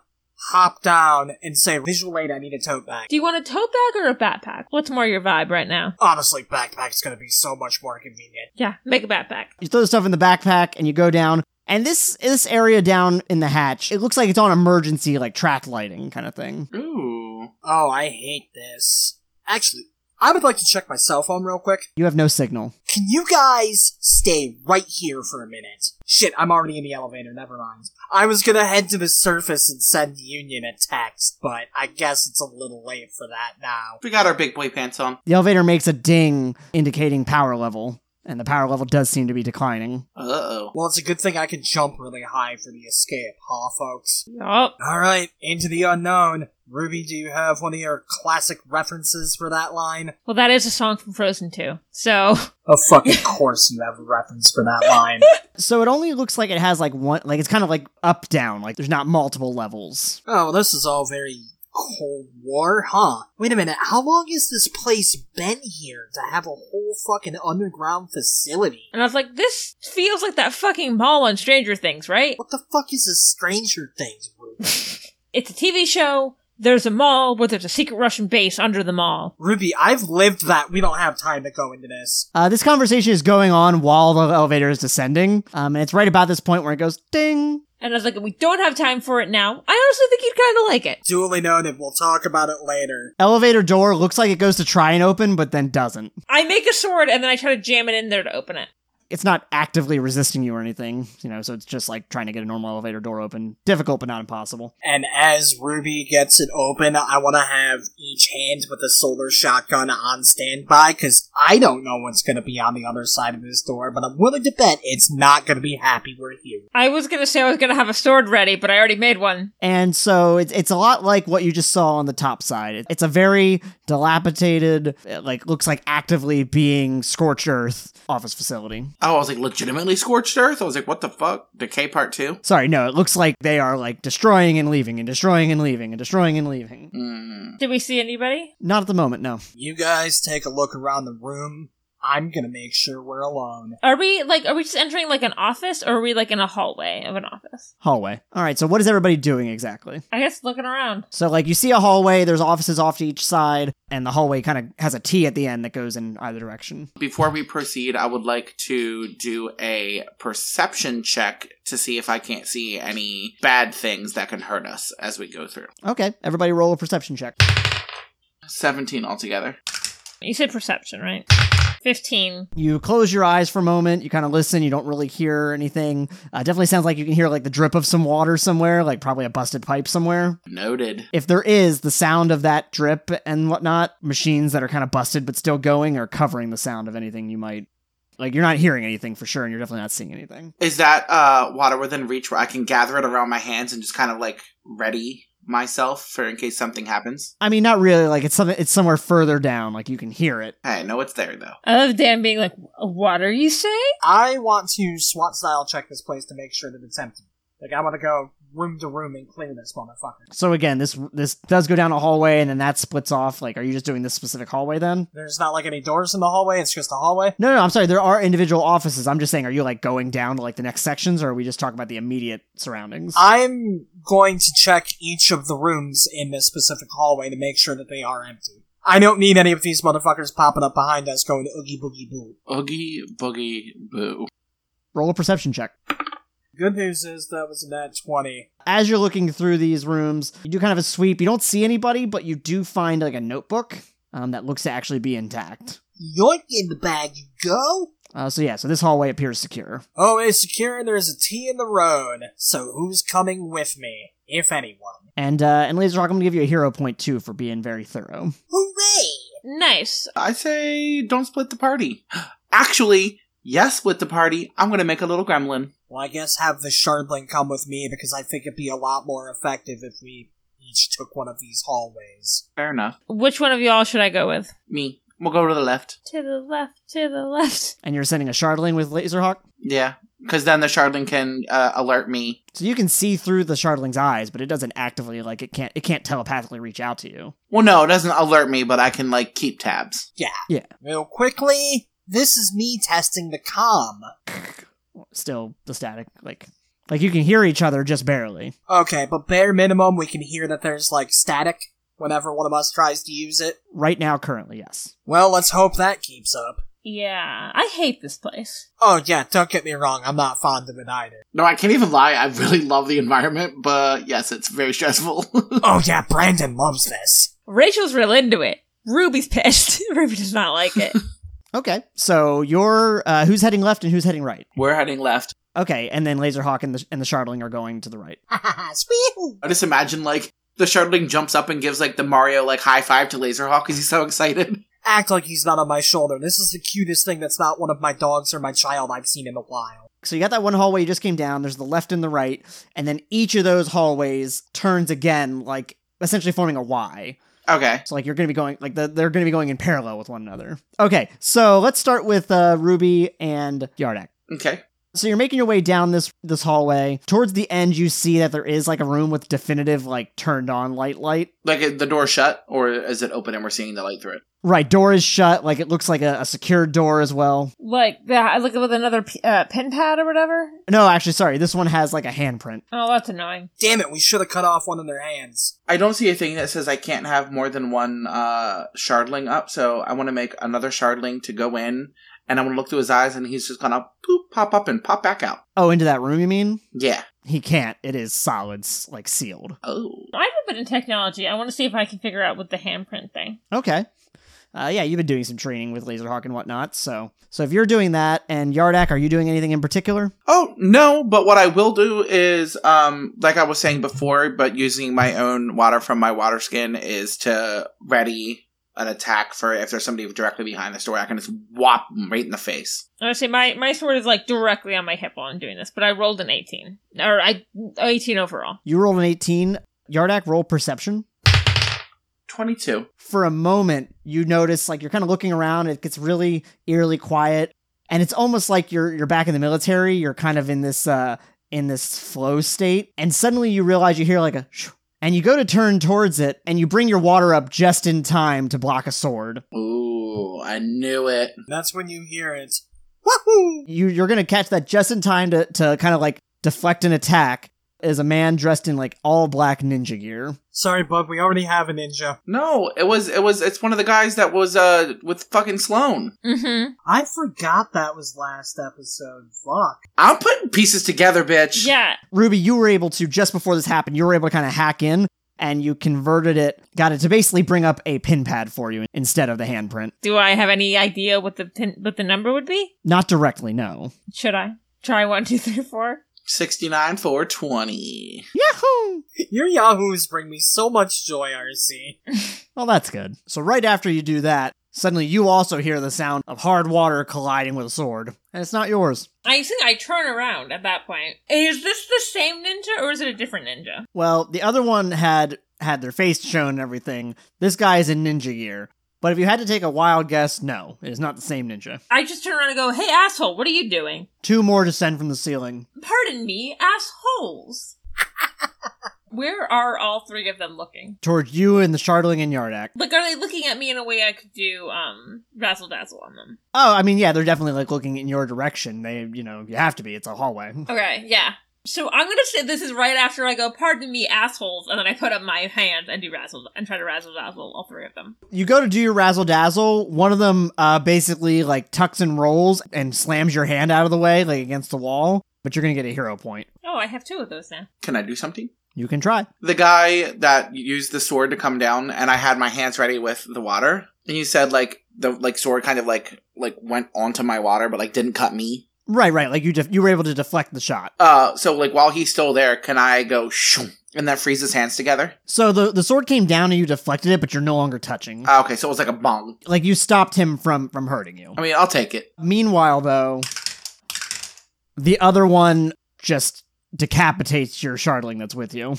F: hop down, and say, "Visual aid, I need a tote bag."
E: Do you want a tote bag or a backpack? What's more your vibe right now?
F: Honestly, backpack's gonna be so much more convenient.
E: Yeah, make a backpack.
C: You throw the stuff in the backpack and you go down. And this this area down in the hatch, it looks like it's on emergency like track lighting kind of thing.
D: Ooh.
F: Oh, I hate this. Actually, I would like to check my cell phone real quick.
C: You have no signal.
F: Can you guys stay right here for a minute? Shit, I'm already in the elevator, never mind. I was gonna head to the surface and send Union a text, but I guess it's a little late for that now.
D: We got our big boy pants on.
C: The elevator makes a ding indicating power level, and the power level does seem to be declining.
D: Uh oh.
F: Well, it's a good thing I can jump really high for the escape, huh, folks?
E: Yup.
F: Alright, into the unknown. Ruby, do you have one of your classic references for that line?
E: Well, that is a song from Frozen 2. So,
F: Of Oh, fucking course you have a reference for that line.
C: So it only looks like it has like one like it's kind of like up down, like there's not multiple levels.
F: Oh, this is all very Cold War, huh? Wait a minute, how long has this place been here to have a whole fucking underground facility?
E: and I was like, this feels like that fucking mall on Stranger Things, right?
F: What the fuck is this Stranger Things Ruby?
E: It's a TV show. There's a mall where there's a secret Russian base under the mall.
F: Ruby, I've lived that. We don't have time to go into this.
C: Uh, this conversation is going on while the elevator is descending, um, and it's right about this point where it goes ding.
E: And I was like, we don't have time for it now. I honestly think you'd kind of like it.
F: Duly noted, we'll talk about it later.
C: Elevator door looks like it goes to try and open, but then doesn't.
E: I make a sword and then I try to jam it in there to open it.
C: It's not actively resisting you or anything, you know, so it's just like trying to get a normal elevator door open. Difficult, but not impossible.
F: And as Ruby gets it open, I want to have each hand with a solar shotgun on standby, because I don't know what's going to be on the other side of this door, but I'm willing to bet it's not going to be happy we're here.
E: I was gonna say I was gonna have a sword ready, but I already made one.
C: And so it's, it's a lot like what you just saw on the top side. It- It's a very dilapidated, uh, like, looks like actively being scorched earth office facility.
D: Oh, I was like legitimately scorched earth. I was like, what the fuck? Decay part two.
C: Sorry, no, it looks like they are like destroying and leaving and destroying and leaving and destroying and leaving.
D: Mm.
E: Did we see anybody?
C: Not at the moment, no.
F: You guys take a look around the room. I'm going to make sure we're alone.
E: Are we like are we just entering like an office or are we like in a hallway of an office?
C: Hallway. All right, so what is everybody doing exactly?
E: I guess looking around.
C: So, like, you see a hallway, there's offices off to each side, and the hallway kind of has a T at the end that goes in either direction.
D: Before we proceed, I would like to do a perception check to see if I can't see any bad things that can hurt us as we go through.
C: Okay, everybody roll a perception check.
D: 17 altogether.
E: You said perception, right? Fifteen.
C: You close your eyes for a moment, you kind of listen, you don't really hear anything. Uh, definitely sounds like you can hear, like, the drip of some water somewhere, like, probably a busted pipe somewhere.
D: Noted.
C: If there is, the sound of that drip and whatnot, machines that are kind of busted but still going, are covering the sound of anything you might. Like, you're not hearing anything for sure, and you're definitely not seeing anything.
D: Is that uh, water within reach where I can gather it around my hands and just kind of like ready myself for in case something happens?
C: I mean, not really. Like, it's something. It's somewhere further down. Like, you can hear it.
D: Hey, I know it's there though.
E: I love Dan being like, "What are you say?"
F: I want to SWAT style check this place to make sure that it's empty. Like, I want to go room to room and clear this motherfucker.
C: So again, this this does go down a hallway, and then that splits off. Like, are you just doing this specific hallway then?
F: There's not like any doors in the hallway, it's just a hallway.
C: No, no, I'm sorry. There are individual offices. I'm just saying, are you like going down to like the next sections, or are we just talking about the immediate surroundings?
F: I'm going to check each of the rooms in this specific hallway to make sure that they are empty. I don't need any of these motherfuckers popping up behind us going oogie boogie boo.
D: Oogie boogie boo.
C: Roll a perception check.
F: Good news is that was a nat 20.
C: As you're looking through these rooms, you do kind of a sweep. You don't see anybody, but you do find like a notebook um, that looks to actually be intact.
F: Yoink in the bag, you go!
C: Uh, so yeah, so this hallway appears secure.
F: Oh, it's secure and there's a T in the road, so who's coming with me? If anyone.
C: And uh, and Laser Rock, I'm gonna give you a hero point too for being very thorough.
F: Hooray!
E: Nice.
D: I say don't split the party. Actually, yes, split the party. I'm gonna make a little gremlin.
F: Well, I guess have the Shardling come with me because I think it'd be a lot more effective if we each took one of these hallways.
D: Fair enough.
E: Which one of y'all should I go with?
D: Me. We'll go to the left.
E: To the left. To the left.
C: And you're sending a shardling with Laserhawk.
D: Yeah. because then the shardling can uh, alert me.
C: So you can see through the shardling's eyes, but it doesn't actively like it can't it can't telepathically reach out to you.
D: Well, no, it doesn't alert me, but I can like keep tabs.
F: Real quickly, this is me testing the comm.
C: Still the static like like you can hear each other just barely.
F: Okay, but bare minimum, we can hear that there's like static whenever one of us tries to use it.
C: Right now currently, yes.
F: Well, let's hope that keeps up.
E: Yeah, I hate this place.
F: Oh yeah, don't get me wrong, I'm not fond of it either.
D: No, I can't even lie. I really love the environment, but yes, it's very stressful.
F: Oh yeah, Brandon loves this.
E: Rachel's real into it. Ruby's pissed. Ruby does not like it.
C: Okay. So you're uh who's heading left and who's heading right?
D: We're heading left.
C: Okay, and then Laserhawk and the and the shardling are going to the right.
F: Sweet.
D: I just imagine like the shardling jumps up and gives like the Mario like high five to Laserhawk because he's so excited.
F: Act like he's not on my shoulder. This is the cutest thing that's not one of my dogs or my child I've seen in a while.
C: So you got that one hallway you just came down. There's the left and the right, and then each of those hallways turns again, like essentially forming a Y.
D: Okay.
C: So like you're going to be going like the, they're going to be going in parallel with one another. Okay, so let's start with uh, Ruby and Yardak.
D: Okay.
C: So you're making your way down this this hallway. Towards the end, you see that there is like a room with definitive like turned on light light.
D: Like uh, the door shut, or is it open and we're seeing the light through it?
C: Right, door is shut. Like it looks like a, a secured door as well.
E: like, yeah, I look with another p- uh, pen pad or whatever.
C: No, actually, sorry. This one has like a handprint.
E: Oh, that's annoying.
F: Damn it, we should have cut off one of their hands.
D: I don't see a thing that says I can't have more than one uh, shardling up, so I want to make another shardling to go in, and I want to look through his eyes, and he's just gonna poop, pop up, and pop back out.
C: Oh, into that room, you mean?
D: Yeah.
C: He can't. It is solid, s- like sealed.
D: Oh.
E: I have a bit in technology. I want to see if I can figure out with the handprint thing.
C: Okay. Uh, yeah, you've been doing some training with Laserhawk and whatnot. So, so if you're doing that, and Yardak, are you doing anything in particular?
D: Oh no! But what I will do is, um, like I was saying before, but using my own water from my water skin is to ready an attack for if there's somebody directly behind the door. I can just whop 'em right in the face.
E: Honestly, my, my sword is like directly on my hip while I'm doing this, but I rolled an 18. Or I 18 overall.
C: You rolled an 18. Yardak, roll perception.
D: Twenty-two.
C: for a moment you notice like you're kind of looking around it gets really eerily quiet and it's almost like you're you're back in the military you're kind of in this uh in this flow state and suddenly you realize you hear like a shh, and you go to turn towards it and you bring your water up just in time to block a sword
D: Ooh, I knew it.
F: That's when you hear it. Wahoo!
C: you you're gonna catch that just in time to to kind of like deflect an attack is a man dressed in like all black ninja gear
F: Sorry, bud, we already have a ninja.
D: No, it was it was it's one of the guys that was uh with fucking Sloan.
E: Mm-hmm.
F: I forgot that was last episode. Fuck.
D: I'm putting pieces together, bitch.
E: Yeah.
C: Ruby, you were able to just before this happened, you were able to kind of hack in and you converted it, got it to basically bring up a pin pad for you instead of the handprint.
E: Do I have any idea what the pin, what the number would be?
C: Not directly, no.
E: Should I try one, two, three, four?
D: 69 for 20.
C: Yahoo!
F: Your yahoos bring me so much joy, RC.
C: Well, that's good. So right after you do that, suddenly you also hear the sound of hard water colliding with a sword, and it's not yours.
E: I think I turn around at that point. Is this the same ninja or is it a different ninja?
C: Well, the other one had had their face shown and everything. This guy is in ninja gear. But if you had to take a wild guess, no, it is not the same ninja.
E: I just turn around and go, hey, asshole, what are you doing?
C: Two more descend from the ceiling.
E: Pardon me, assholes. Where are all three of them looking?
C: Towards you and the Shardling and Yardak.
E: Like, are they looking at me in a way I could do um razzle dazzle on them?
C: Oh, I mean, yeah, they're definitely like looking in your direction. They, you know, you have to be. It's a hallway.
E: Okay, yeah. So I'm gonna say this is right after I go, pardon me, assholes, and then I put up my hand and do razzle and try to razzle dazzle all three of them.
C: You go to do your razzle dazzle. One of them uh, basically like tucks and rolls and slams your hand out of the way, like against the wall. But you're gonna get a hero point.
E: Oh, I have two of those now.
D: Can I do something?
C: You can try.
D: The guy that used the sword to come down and I had my hands ready with the water. And you said like the like sword kind of like like went onto my water but like didn't cut me.
C: Right, right. Like you, def- you were able to deflect the shot.
D: Uh so like while he's still there, can I go shoo and then freeze his hands together?
C: So the the sword came down and you deflected it, but you're no longer touching.
D: Ah, okay, so it was like a bong.
C: like you stopped him from from hurting you.
D: I mean, I'll take it.
C: Meanwhile, though, the other one just decapitates your shardling that's with you.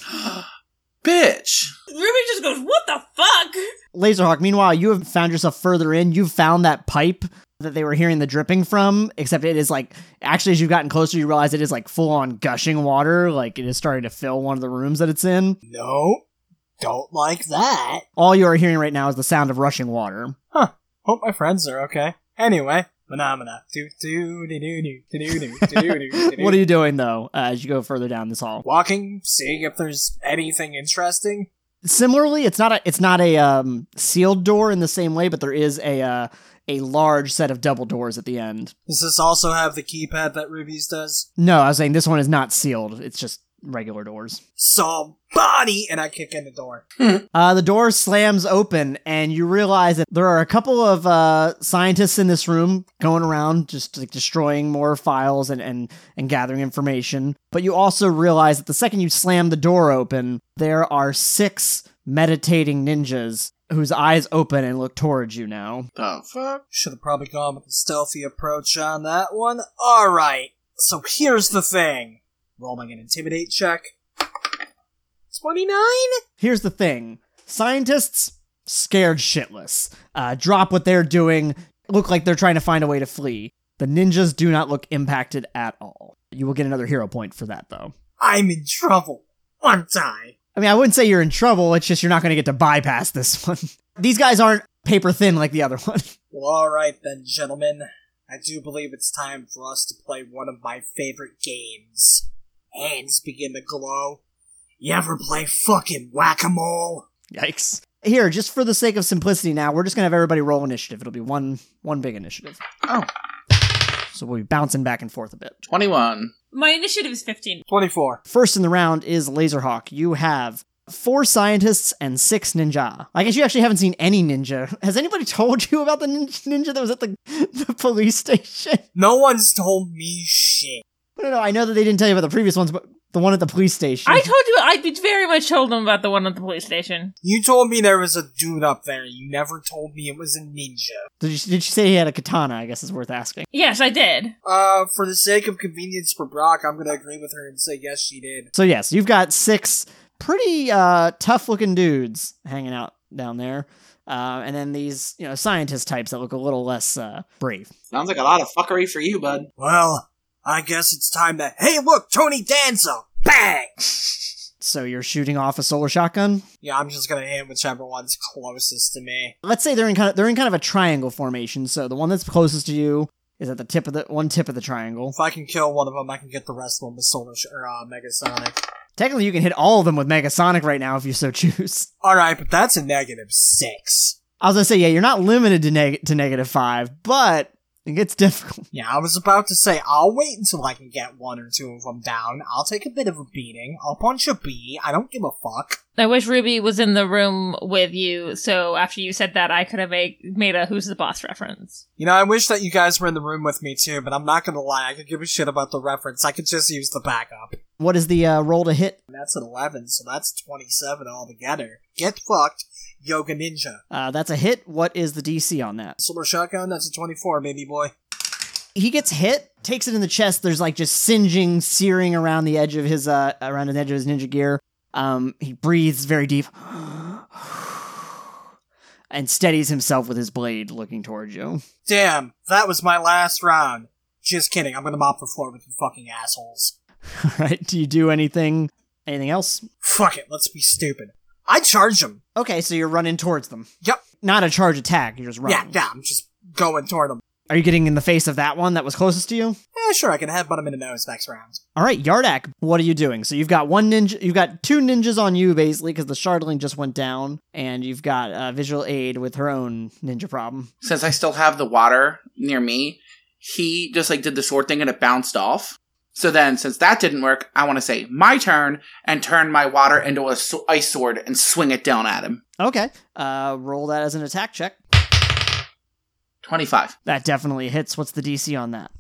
D: bitch.
E: Ruby just goes, "What the fuck?"
C: Laserhawk, meanwhile, you have found yourself further in. You've found that pipe that they were hearing the dripping from, except it is like, actually, as you've gotten closer, you realize it is like full on gushing water. Like it is starting to fill one of the rooms that it's in.
F: No, don't like that.
C: All you are hearing right now is the sound of rushing water.
F: Hope my friends are okay. Anyway, phenomena. Do do do do do do do do do.
C: What are you doing though uh, as you go further down this hall?
F: walking? Seeing if there's anything interesting.
C: Similarly, it's not a it's not a um, sealed door in the same way, but there is a uh, a large set of double doors at the end.
F: Does this also have the keypad that Ruby's does?
C: No, I was saying this one is not sealed. It's just regular doors.
F: Somebody, and I kick in the door.
C: Uh, the door slams open, and you realize that there are a couple of uh, scientists in this room going around, just like destroying more files and, and and gathering information. But you also realize that the second you slam the door open, there are six meditating ninjas whose eyes open and look towards you now.
D: The fuck?
F: Should have probably gone with a stealthy approach on that one. All right. So here's the thing. Roll my intimidate check. Twenty nine.
C: Here's the thing scientists, scared shitless, uh, drop what they're doing, look like they're trying to find a way to flee. The ninjas do not look impacted at all. You will get another hero point for that, though.
F: I'm in trouble, aren't I?
C: I mean, I wouldn't say you're in trouble, it's just you're not going to get to bypass this one. These guys aren't paper thin like the other one.
F: Well, all right then, gentlemen. I do believe it's time for us to play one of my favorite games. Hands begin to glow. You ever play fucking whack a mole?
C: Yikes. Here, just for the sake of simplicity now, we're just going to have everybody roll initiative. It'll be one one big initiative.
D: Oh.
C: So we'll be bouncing back and forth a bit.
D: 21.
E: My initiative is fifteen.
F: 24.
C: First in the round is Laserhawk. You have four scientists and six ninja. I guess you actually haven't seen any ninja. Has anybody told you about the nin- ninja that was at the, the police station?
F: No one's told me shit.
C: No, no, I know that they didn't tell you about the previous ones, but the one at the police station.
E: I told you I very much told them about the one at the police station.
F: You told me there was a dude up there. You never told me it was a ninja.
C: did, you, did you say he had a katana? I guess is worth asking.
E: Yes, I did.
F: Uh, for the sake of convenience for Brock, I'm gonna agree with her and say yes, she did.
C: So yes, you've got six pretty uh, tough-looking dudes hanging out down there, uh, and then these you know scientist types that look a little less uh, brave.
D: Sounds like a lot of fuckery for you, bud.
F: Well, I guess it's time to. Hey, look, Tony Danza! Bang!
C: So you're shooting off a solar shotgun.
F: Yeah, I'm just gonna hit whichever one's closest to me.
C: let's say they're in kind of they're in kind of a triangle formation. So the one that's closest to you is at the tip of the one tip of the triangle.
F: If I can kill one of them, I can get the rest of them with Solar Sh- or uh, Megasonic.
C: Technically, you can hit all of them with Megasonic right now if you so choose.
F: Alright, but that's a negative six.
C: I was gonna say, yeah, you're not limited to neg- to negative five, but it gets difficult.
F: Yeah, I was about to say, I'll wait until I can get one or two of them down. I'll take a bit of a beating. I'll punch a bee. I don't give a fuck.
E: I wish Ruby was in the room with you, so after you said that, I could have made, made a "Who's the Boss" reference.
F: You know, I wish that you guys were in the room with me too, but I'm not gonna lie, I could give a shit about the reference. I could just use the backup.
C: What is the uh, roll to hit?
F: And that's an 11, so that's 27 altogether. Get fucked, Yoga Ninja.
C: Uh, that's a hit. What is the DC on that?
F: Solar Shotgun, that's a 24, baby boy.
C: He gets hit, takes it in the chest. There's like just singeing, searing around the edge of his uh around the edge of his ninja gear. Um, he breathes very deep. And steadies himself with his blade, looking towards you.
F: Damn, that was my last round. Just kidding, I'm gonna mop the floor with you fucking assholes.
C: All right. Do you do anything? Anything else?
F: Fuck it, let's be stupid. I charge him.
C: Okay, so you're running towards them.
F: Yep.
C: Not a charge attack. You're just running.
F: Yeah, yeah, I'm just going toward him.
C: Are you getting in the face of that one that was closest to you?
F: Yeah, sure, I can headbutt him in the nose next round.
C: All right, Yardak. What are you doing? So you've got one ninja. You've got two ninjas on you basically because the shardling just went down, and you've got uh, visual aid with her own ninja problem.
D: Since I still have the water near me, he just like did the sword thing and it bounced off. So then, since that didn't work, I want to say my turn and turn my water into a so- ice sword and swing it down at him.
C: Okay. Uh, roll that as an attack check.
D: 25.
C: That definitely hits. What's the DC on that?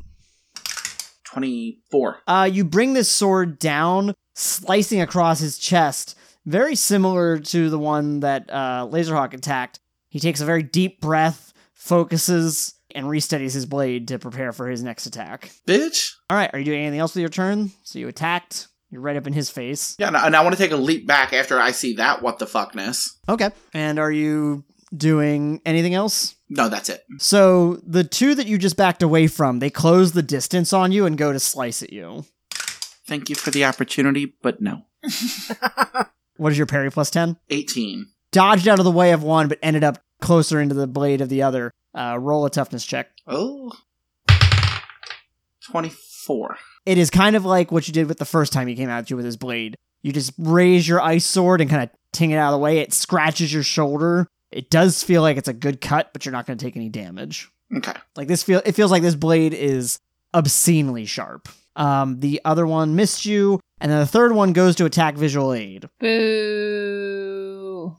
D: 24.
C: Uh, you bring this sword down, slicing across his chest, very similar to the one that uh, Laserhawk attacked. He takes a very deep breath, focuses, and resteadies his blade to prepare for his next attack.
D: Bitch.
C: All right, are you doing anything else with your turn? So you attacked, you You're right up in his face.
D: Yeah, and I- and I want to take a leap back after I see that what the fuckness.
C: Okay. And are you doing anything else?
D: No, that's it.
C: So the two that you just backed away from, they close the distance on you and go to slice at you.
D: Thank you for the opportunity, but no.
C: What is your parry plus 10?
D: 18.
C: Dodged out of the way of one, but ended up closer into the blade of the other. Uh, roll a toughness check.
D: Oh. 24.
C: It is kind of like what you did with the first time he came at you with his blade. You just raise your ice sword and kind of ting it out of the way. It scratches your shoulder. It does feel like it's a good cut, but you're not going to take any damage.
D: Okay.
C: Like this feel it feels like this blade is obscenely sharp. Um, the other one missed you, and then the third one goes to attack visual aid.
E: Boo.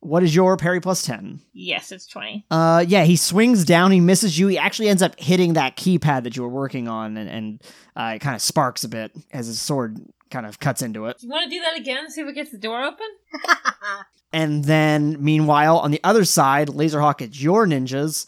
C: What is your parry plus 10?
E: Yes, it's 20.
C: Uh, yeah, he swings down, he misses you. He actually ends up hitting that keypad that you were working on, and, and uh, it kind of sparks a bit as his sword kind of cuts into it.
E: Do you want to do that again? See what gets the door open?
C: And then, meanwhile, on the other side, Laserhawk at your ninjas.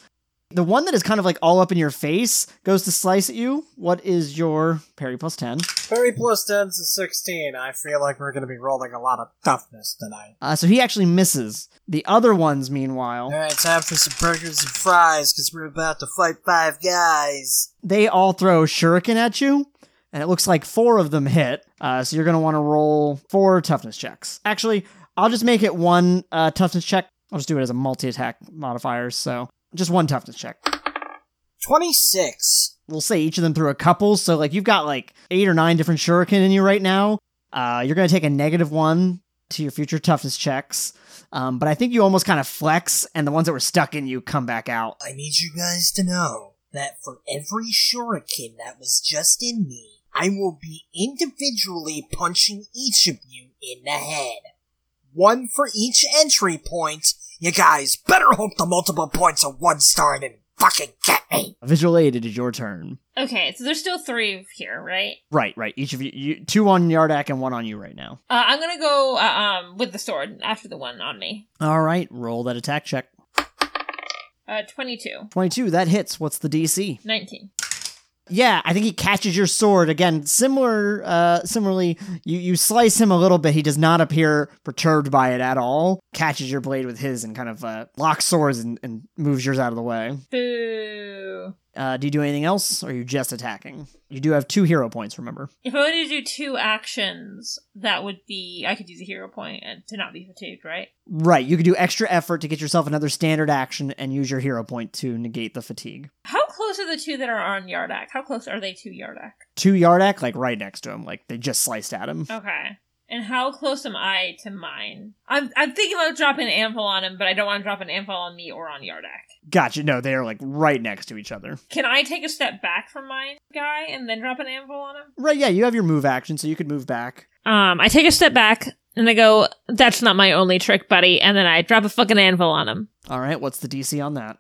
C: The one that is kind of like all up in your face goes to slice at you. What is your parry plus 10?
F: Perry plus 10's a 16. I feel like we're going to be rolling a lot of toughness tonight.
C: Uh, so he actually misses. The other ones, meanwhile,
F: Alright, time for some burgers and fries, because we're about to fight five guys.
C: they all throw shuriken at you, and it looks like four of them hit. Uh, so you're going to want to roll four toughness checks. Actually, I'll just make it one uh, toughness check. I'll just do it as a multi attack modifier. So just one toughness check.
F: 26.
C: We'll say each of them threw a couple. So, like, you've got like eight or nine different shuriken in you right now. Uh, you're going to take a negative one to your future toughness checks. Um, but I think you almost kind of flex, and the ones that were stuck in you come back out.
F: I need you guys to know that for every shuriken that was just in me, I will be individually punching each of you in the head. One for each entry point. You guys better hope the multiple points are one star and fucking get me.
C: Visual aid, it is your turn.
E: Okay, so there's still three here, right?
C: Right, right. Each of you, you two on Yardak and one on you right now.
E: Uh, I'm gonna go uh, um with the sword after the one on me.
C: All right, roll that attack check.
E: Uh, 22,
C: 22, that hits. What's the DC?
E: 19.
C: Yeah, I think he catches your sword again. Similar, uh, similarly, you you slice him a little bit. He does not appear perturbed by it at all. Catches your blade with his and kind of uh, locks swords and, and moves yours out of the way.
E: Boo.
C: Uh, do you do anything else, or are you just attacking? You do have two hero points. Remember,
E: If I wanted to do two actions, that would be I could use a hero point and to not be fatigued, right?
C: right? You could do extra effort to get yourself another standard action and use your hero point to negate the fatigue.
E: How close are the two that are on Yardak? How close are they to Yardak?
C: to Yardak, like right next to him, like they just sliced at him.
E: Okay. And how close am I to mine? I'm I'm thinking about dropping an anvil on him, but I don't want to drop an anvil on me or on Yardak.
C: Gotcha. No, they are like right next to each other.
E: Can I take a step back from mine guy and then drop an anvil on him?
C: Right, yeah, you have your move action, so you could move back.
E: Um, I take a step back and I go, "That's not my only trick, buddy." And then I drop a fucking anvil on him.
C: All right, what's the DC on that?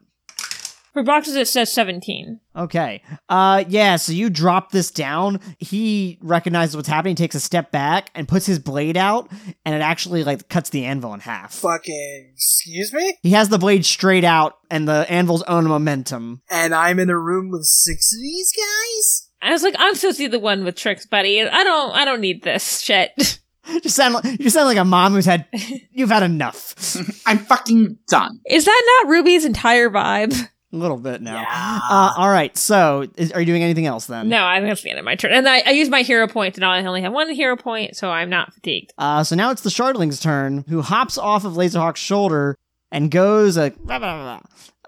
E: For boxes, it says seventeen.
C: Okay. Uh yeah, so you drop this down. He recognizes what's happening, takes a step back and puts his blade out and it actually like cuts the anvil in half.
F: Fucking, excuse me?
C: He has the blade straight out and the anvil's own momentum.
F: And I'm in a room with six of these guys?
E: I was like, "I'm supposed to be the one with tricks, buddy. I don't, I don't need this shit."
C: Just sound like you sound like a mom who's had you've had enough.
D: I'm fucking done.
E: Is that not Ruby's entire vibe?
C: a little bit now.
F: Yeah.
C: Uh, all right. So, is, are you doing anything else then?
E: No, I think that's the end of my turn. And I, I use my hero point, and I only have one hero point, so I'm not fatigued.
C: Uh, so now it's the Shardling's turn, who hops off of Laserhawk's shoulder and goes a,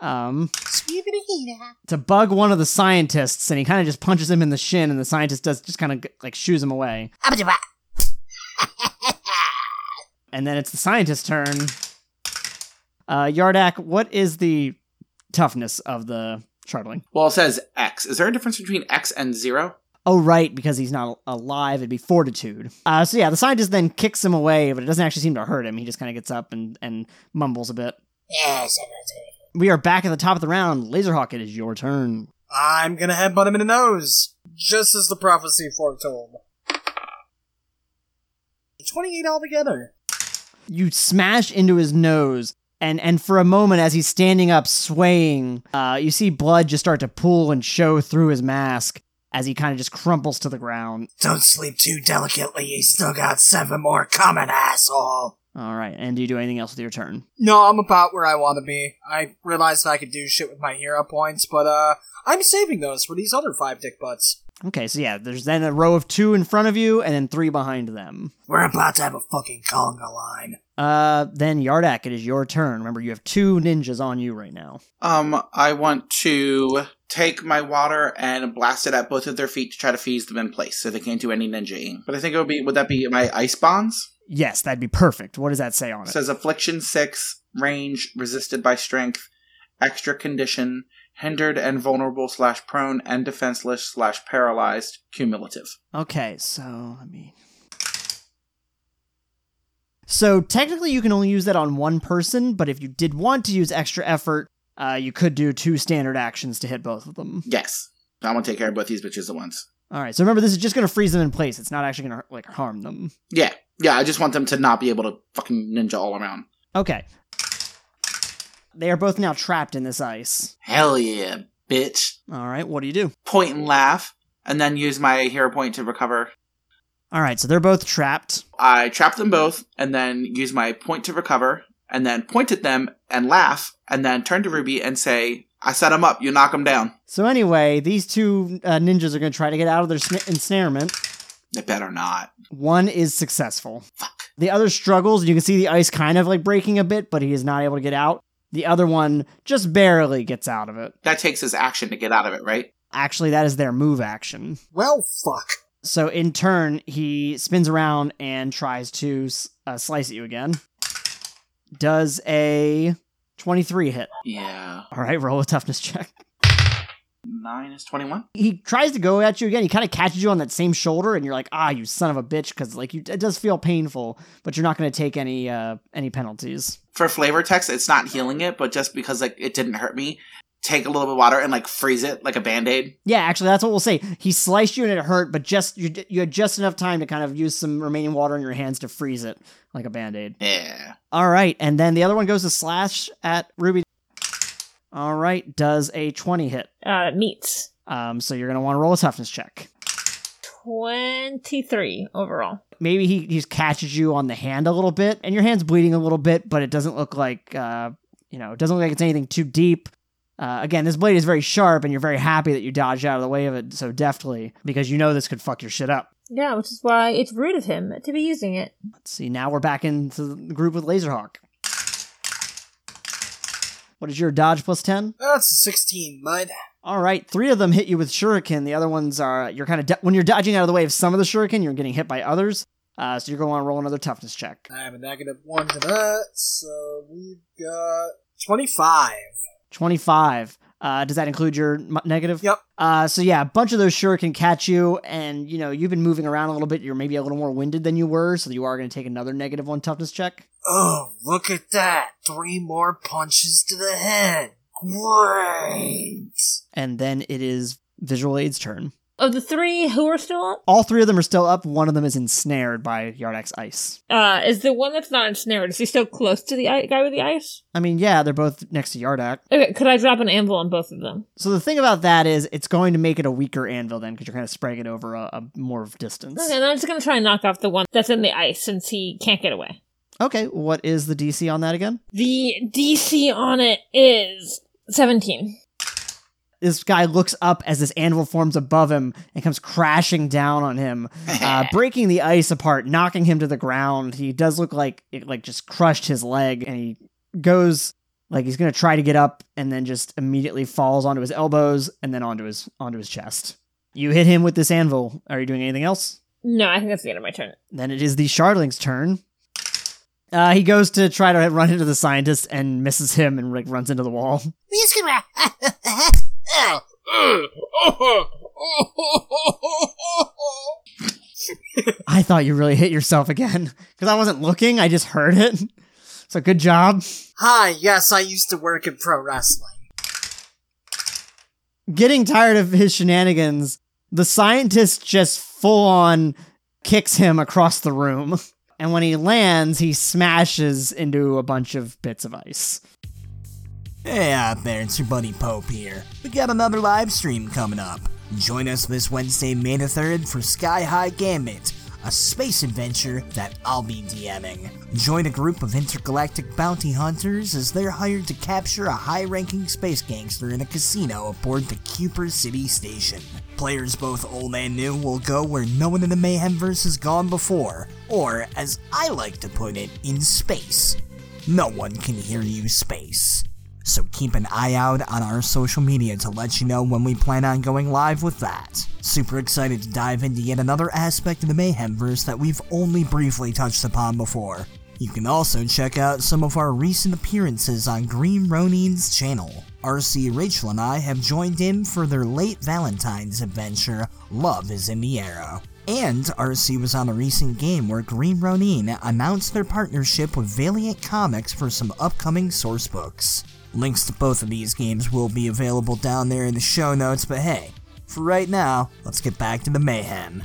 C: um, to bug one of the scientists, and he kind of just punches him in the shin, and the scientist does just kind of like shoos him away. And then it's the scientist's turn. Uh, Yardak, what is the toughness of the Shardling?
D: Well, it says X. Is there a difference between X and zero?
C: Oh, right, because he's not al- alive, it'd be fortitude. Uh, so yeah, the scientist then kicks him away, but it doesn't actually seem to hurt him. He just kind of gets up and, and mumbles a bit.
F: Yes,
C: We are back at the top of the round. Laserhawk, it is your turn.
F: I'm gonna headbutt him in the nose, just as the prophecy foretold. 28 altogether.
C: You smash into his nose, and, and for a moment, as he's standing up, swaying, uh, you see blood just start to pool and show through his mask. as he kind of just crumples to the ground.
F: Don't sleep too delicately. You still got seven more coming, asshole.
C: All right, and do you do anything else with your turn?
F: No, I'm about where I want to be. I realized I could do shit with my hero points, but uh, I'm saving those for these other five dick butts.
C: Okay, so yeah, there's then a row of two in front of you and then three behind them.
F: We're about to have a fucking conga line.
C: Uh, then Yardak, it is your turn. Remember, you have two ninjas on you right now.
D: Um, I want to take my water and blast it at both of their feet to try to freeze them in place so they can't do any ninjaing. But I think it would be would that be my ice bonds?
C: Yes, that'd be perfect. What does that say on it?
D: It says affliction six, range, resisted by strength, extra condition, hindered and vulnerable slash prone and defenseless slash paralyzed, cumulative.
C: Okay, so let me. So technically, you can only use that on one person, but if you did want to use extra effort, uh, you could do two standard actions to hit both of them.
D: Yes. I want to take care of both these bitches at once.
C: All right, so remember, this is just going to freeze them in place. It's not actually going to like harm them.
D: Yeah. Yeah, I just want them to not be able to fucking ninja all around.
C: Okay. They are both now trapped in this ice.
D: Hell yeah, bitch.
C: All right, what do you do?
D: Point and laugh, and then use my hero point to recover.
C: All right, so they're both trapped.
D: I trap them both, and then use my point to recover, and then point at them and laugh, and then turn to Ruby and say, I set them up, you knock them down.
C: So anyway, these two uh, ninjas are going to try to get out of their sn- ensnarement.
D: They better not.
C: One is successful. Fuck. The other struggles. You can see the ice kind of like breaking a bit, but he is not able to get out. The other one just barely gets out of it.
D: That takes his action to get out of it, right?
C: Actually, that is their move action.
F: Well, fuck.
C: So in turn, he spins around and tries to s- uh, slice at you again. Does a 23 hit.
D: Yeah.
C: All right, roll a toughness check.
D: 9 is 21.
C: He tries to go at you again. He kind of catches you on that same shoulder, and you're like, "Ah, you son of a bitch!" Because like you, it does feel painful, but you're not going to take any uh, any penalties.
D: For flavor text, it's not healing it, but just because like it didn't hurt me, take a little bit of water and like freeze it like a band-aid.
C: Yeah, actually, that's what we'll say. He sliced you and it hurt, but just you, you had just enough time to kind of use some remaining water in your hands to freeze it like a band aid.
D: Yeah.
C: All right, and then the other one goes to slash at Ruby. All right, does a twenty hit?
E: Uh, meets
C: Um, so you're going to want to roll a toughness check.
E: 23 overall.
C: maybe he, he catches you on the hand a little bit and your hand's bleeding a little bit but it doesn't look like uh, you know it doesn't look like it's anything too deep uh, again this blade is very sharp and you're very happy that you dodged out of the way of it so deftly because you know this could fuck your shit up
E: Yeah, which is why it's rude of him to be using it.
C: let's see now we're back into the group with laserhawk what is your dodge plus 10
F: That's a 16, bud.
C: all right three of them hit you with shuriken the other ones are you're kind of do- when you're dodging out of the way of some of the shuriken you're getting hit by others uh, so you're going to want to roll another toughness check
F: I have a negative one to that, so we've got 25.
C: 25. Uh, does that include your m- negative?
F: Yep.
C: Uh, so yeah, a bunch of those sure can catch you, and you know you've been moving around a little bit. You're maybe a little more winded than you were, so you are going to take another negative one toughness check.
F: Oh, look at that. Three more punches to the head. Great.
C: And then it is visual aid's turn.
E: Of the three who are still up,
C: All three of them are still up. One of them is ensnared by Yardak's ice.
E: uh, is the one that's not ensnared, is he still close to the I- guy with the ice?
C: I mean, yeah, they're both next to Yardak.
E: Okay, could I drop an anvil on both of them?
C: So the thing about that is, it's going to make it a weaker anvil then, because you're kind of spraying it over a, a more of distance.
E: Okay, then I'm just gonna try and knock off the one that's in the ice since he can't get away.
C: okay, what is the DC on that again?
E: The DC on it is 17.
C: this guy looks up as this anvil forms above him and comes crashing down on him, uh, breaking the ice apart, knocking him to the ground. He does look like it like just crushed his leg, and he goes like he's gonna try to get up, and then just immediately falls onto his elbows and then onto his onto his chest. You hit him with this anvil. Are you doing anything else?
E: No, I think that's the end of my turn.
C: Then it is the shardling's turn. Uh, he goes to try to run into the scientist and misses him and like runs into the wall.
F: He's gonna.
C: I thought you really hit yourself again because I wasn't looking. I just heard it. So good job.
F: Hi, yes, I used to work in pro wrestling.
C: Getting tired of his shenanigans, the scientist just full on kicks him across the room. And when he lands, he smashes into a bunch of bits of ice.
A: Hey out there, it's your buddy Pope here. We got another live stream coming up. Join us this Wednesday, May the 3rd for Sky High Gambit, a space adventure that I'll be DMing. Join a group of intergalactic bounty hunters as they're hired to capture a high ranking space gangster in a casino aboard the Cooper City Station. Players both old and new will go where no one in the Mayhemverse has gone before, or, as I like to put it, in space. No one can hear you, space. So keep an eye out on our social media to let you know when we plan on going live with that. Super excited to dive into yet another aspect of the Mayhemverse that we've only briefly touched upon before. You can also check out some of our recent appearances on Green Ronin's channel. RC Rachel and I have joined in for their late Valentine's adventure, Love is in the Arrow. And RC was on a recent game where Green Ronin announced their partnership with Valiant Comics for some upcoming source books. Links to both of these games will be available down there in the show notes, but hey, for right now, let's get back to the mayhem.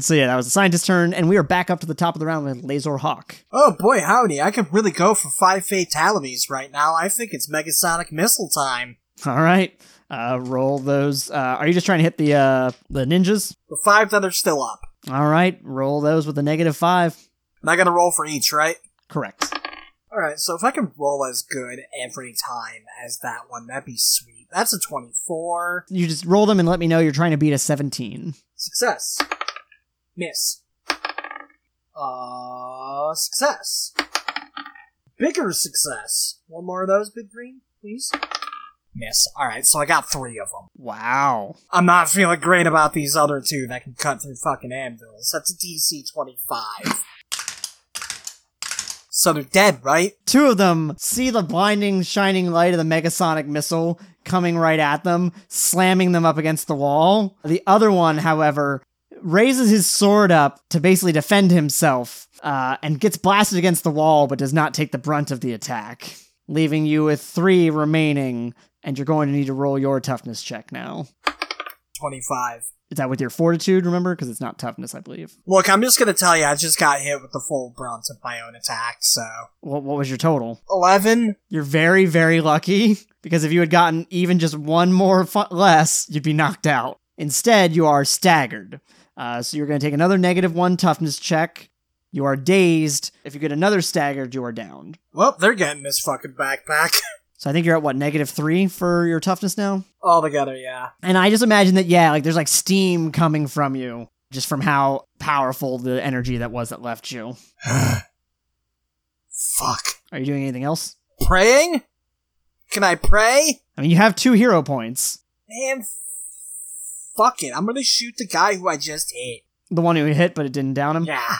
C: So yeah, that was the scientist's turn, and we are back up to the top of the round with Lazor Hawk.
F: Oh boy, howdy, I could really go for five fatalities right now. I think it's Megasonic Missile time.
C: All right, uh, roll those. Uh, are you just trying to hit the uh, the ninjas?
F: The five that are still up.
C: All right, roll those with a negative five.
F: And I gotta roll for each, right?
C: Correct.
F: Alright, so if I can roll as good every time as that one, that'd be sweet. That's a 24.
C: You just roll them and let me know you're trying to beat a seventeen.
F: Success. Miss. Uh, success. Bigger success. One more of those, big green, please. Miss. Alright, so I got three of them.
C: Wow.
F: I'm not feeling great about these other two that can cut through fucking anvils. That's a DC 25. So they're dead, right?
C: Two of them see the blinding, shining light of the megasonic missile coming right at them, slamming them up against the wall. The other one, however, raises his sword up to basically defend himself uh, and gets blasted against the wall, but does not take the brunt of the attack, leaving you with three remaining. And you're going to need to roll your toughness check now.
F: 25.
C: Is that with your fortitude, remember? Because it's not toughness, I believe.
F: Look, I'm just gonna tell you, I just got hit with the full brunt of my own attack, so.
C: What, what was your total?
F: 11?
C: You're very, very lucky because if you had gotten even just one more fu- less, you'd be knocked out. Instead, you are staggered. Uh, so you're going to take another negative one toughness check. You are dazed. If you get another staggered, you are downed.
F: Well, they're getting this fucking backpack.
C: So I think you're at what, negative three for your toughness now?
F: All together, yeah.
C: And I just imagine that, yeah, like there's like steam coming from you just from how powerful the energy that was that left you.
F: Fuck.
C: Are you doing anything else?
F: Praying? Can I pray?
C: I mean, you have two hero points.
F: Man, fuck it. I'm gonna shoot the guy who I just hit.
C: The one who hit, but it didn't down him.
F: Yeah.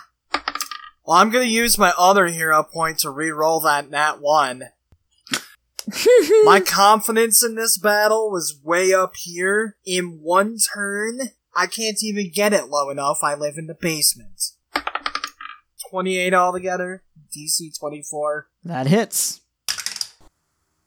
F: Well, I'm gonna use my other hero point to re-roll that nat one. my confidence in this battle was way up here. In one turn, I can't even get it low enough. I live in the basement. 28 altogether, DC 24.
C: That hits.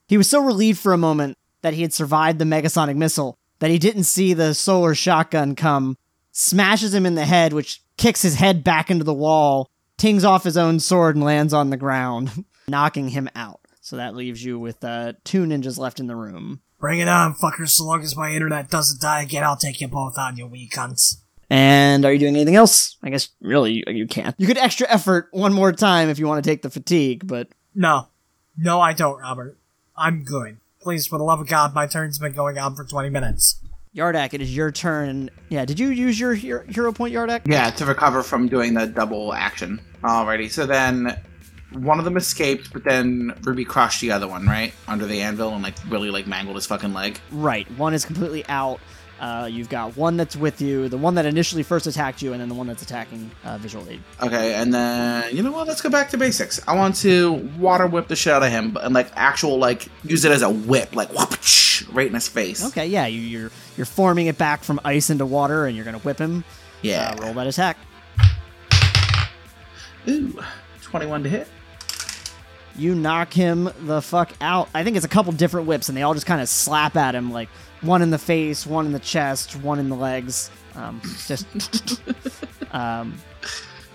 C: He was so relieved for a moment that he had survived the megasonic missile that he didn't see the solar shotgun come, smashes him in the head, which kicks his head back into the wall, tings off his own sword, and lands on the ground, knocking him out. So that leaves you with uh, two ninjas left in the room.
F: Bring it on, fuckers. So long as my internet doesn't die again, I'll take you both on, you weak cunts.
C: And are you doing anything else? I guess really you, you can't. You could extra effort one more time if you want to take the fatigue, but
F: No. No, I don't, Robert. I'm good. Please, for the love of God, my turn's been going on for 20 minutes.
C: Yardak, it is your turn. Yeah, did you use your hero, hero point, Yardak?
D: Yeah, to recover from doing the double action. Alrighty, so then one of them escaped, but then Ruby crushed the other one, right? Under the anvil and like really like mangled his fucking leg.
C: Right. One is completely out. Uh, you've got one that's with you, the one that initially first attacked you, and then the one that's attacking uh, visual aid.
D: Okay, and then you know what? Let's go back to basics. I want to water whip the shit out of him, but and like actual like use it as a whip, like whoop, right in his face.
C: Okay, yeah, you, you're you're forming it back from ice into water, and you're gonna whip him.
D: Yeah.
C: Uh, roll that attack.
D: Ooh, twenty-one to hit.
C: You knock him the fuck out. I think it's a couple different whips, and they all just kind of slap at him, like one in the face, one in the chest, one in the legs. Um, just, um,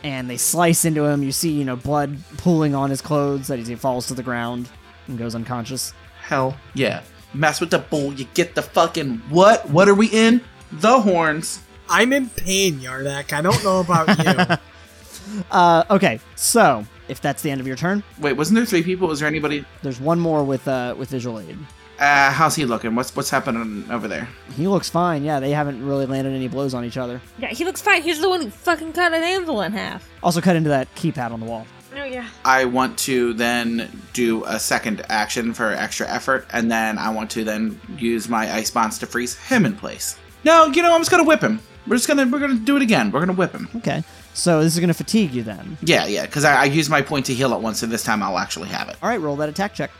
C: and they slice into him. You see, you know, blood pooling on his clothes that he falls to the ground and goes unconscious.
D: hell yeah. Mess with the bull, you get the fucking what? What are we in? The horns.
F: I'm in pain, Yardak. I don't know about you.
C: Uh, okay, so if that's the end of your turn,
D: Wait, wasn't there three people? Was there anybody?
C: there's one more with uh, with visual aid.
D: Uh, how's he looking? What's what's happening over there?
C: He looks fine. Yeah, they haven't really landed any blows on each other.
E: Yeah, he looks fine. He's the one who fucking cut an anvil in half.
C: Also, cut into that keypad on the wall.
E: Oh yeah.
D: I want to then do a second action for extra effort, and then I want to then use my ice bonds to freeze him in place. No, you know I'm just gonna whip him. We're just gonna we're gonna do it again. We're gonna whip him.
C: Okay, so this is gonna fatigue you then.
D: Yeah, yeah, because I, I use my point to heal at once, and this time I'll actually have it.
C: All right, roll that attack check.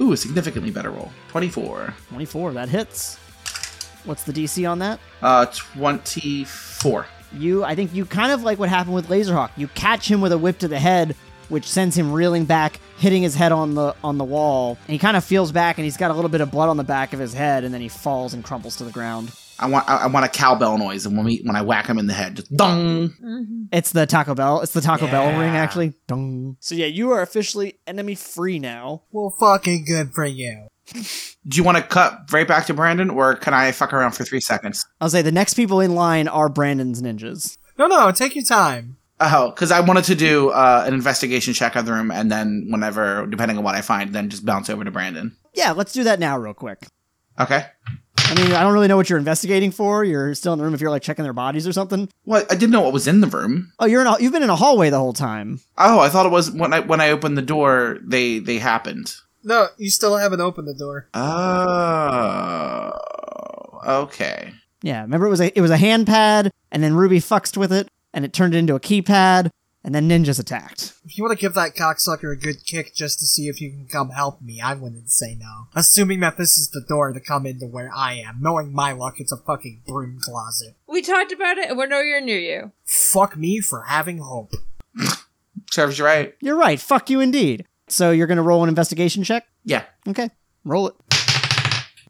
D: Ooh, a significantly better roll. 24.
C: 24. That hits. What's the DC on that?
D: Uh, 24.
C: You, I think you kind of like what happened with Laserhawk. You catch him with a whip to the head, which sends him reeling back, hitting his head on the on the wall. And he kind of feels back, and he's got a little bit of blood on the back of his head, and then he falls and crumples to the ground.
D: I want I, I want a cowbell noise, and when we when I whack him in the head, just dong.
E: Mm-hmm.
C: It's the Taco Bell. It's the Taco Bell ring,
D: Yeah.
C: actually. Dung. So yeah, you are officially enemy free now.
F: well, fucking good for you.
D: Do you want to cut right back to Brandon, or can I fuck around for three seconds?
C: I'll say the next people in line are Brandon's ninjas.
F: No, no, take your time.
D: Oh, because I wanted to do uh, an investigation check of the room, and then whenever, depending on what I find, then just bounce over to Brandon.
C: Yeah, let's do that now, real quick.
D: Okay.
C: I mean, I don't really know what you're investigating for. You're still in the room if you're like checking their bodies or something.
D: Well, I didn't know what was in the room.
C: Oh, you're in a, you've been in a hallway the whole time.
D: Oh, I thought it was when I when I opened the door. They they happened.
F: No, you still haven't opened the door.
D: Oh, okay.
C: Yeah, remember it was a it was a hand pad, and then Ruby fucked with it, and it turned into a keypad, and then ninjas attacked.
F: If you want to give that cocksucker a good kick just to see if you can come help me, I wouldn't say no. Assuming that this is the door to come into where I am, knowing my luck, it's a fucking broom closet.
E: We talked about it, and we're nowhere near you.
F: Fuck me for having hope.
D: Serves you right.
C: You're right. Fuck you indeed. So you're gonna roll an investigation check.
D: Yeah.
C: Okay, roll it.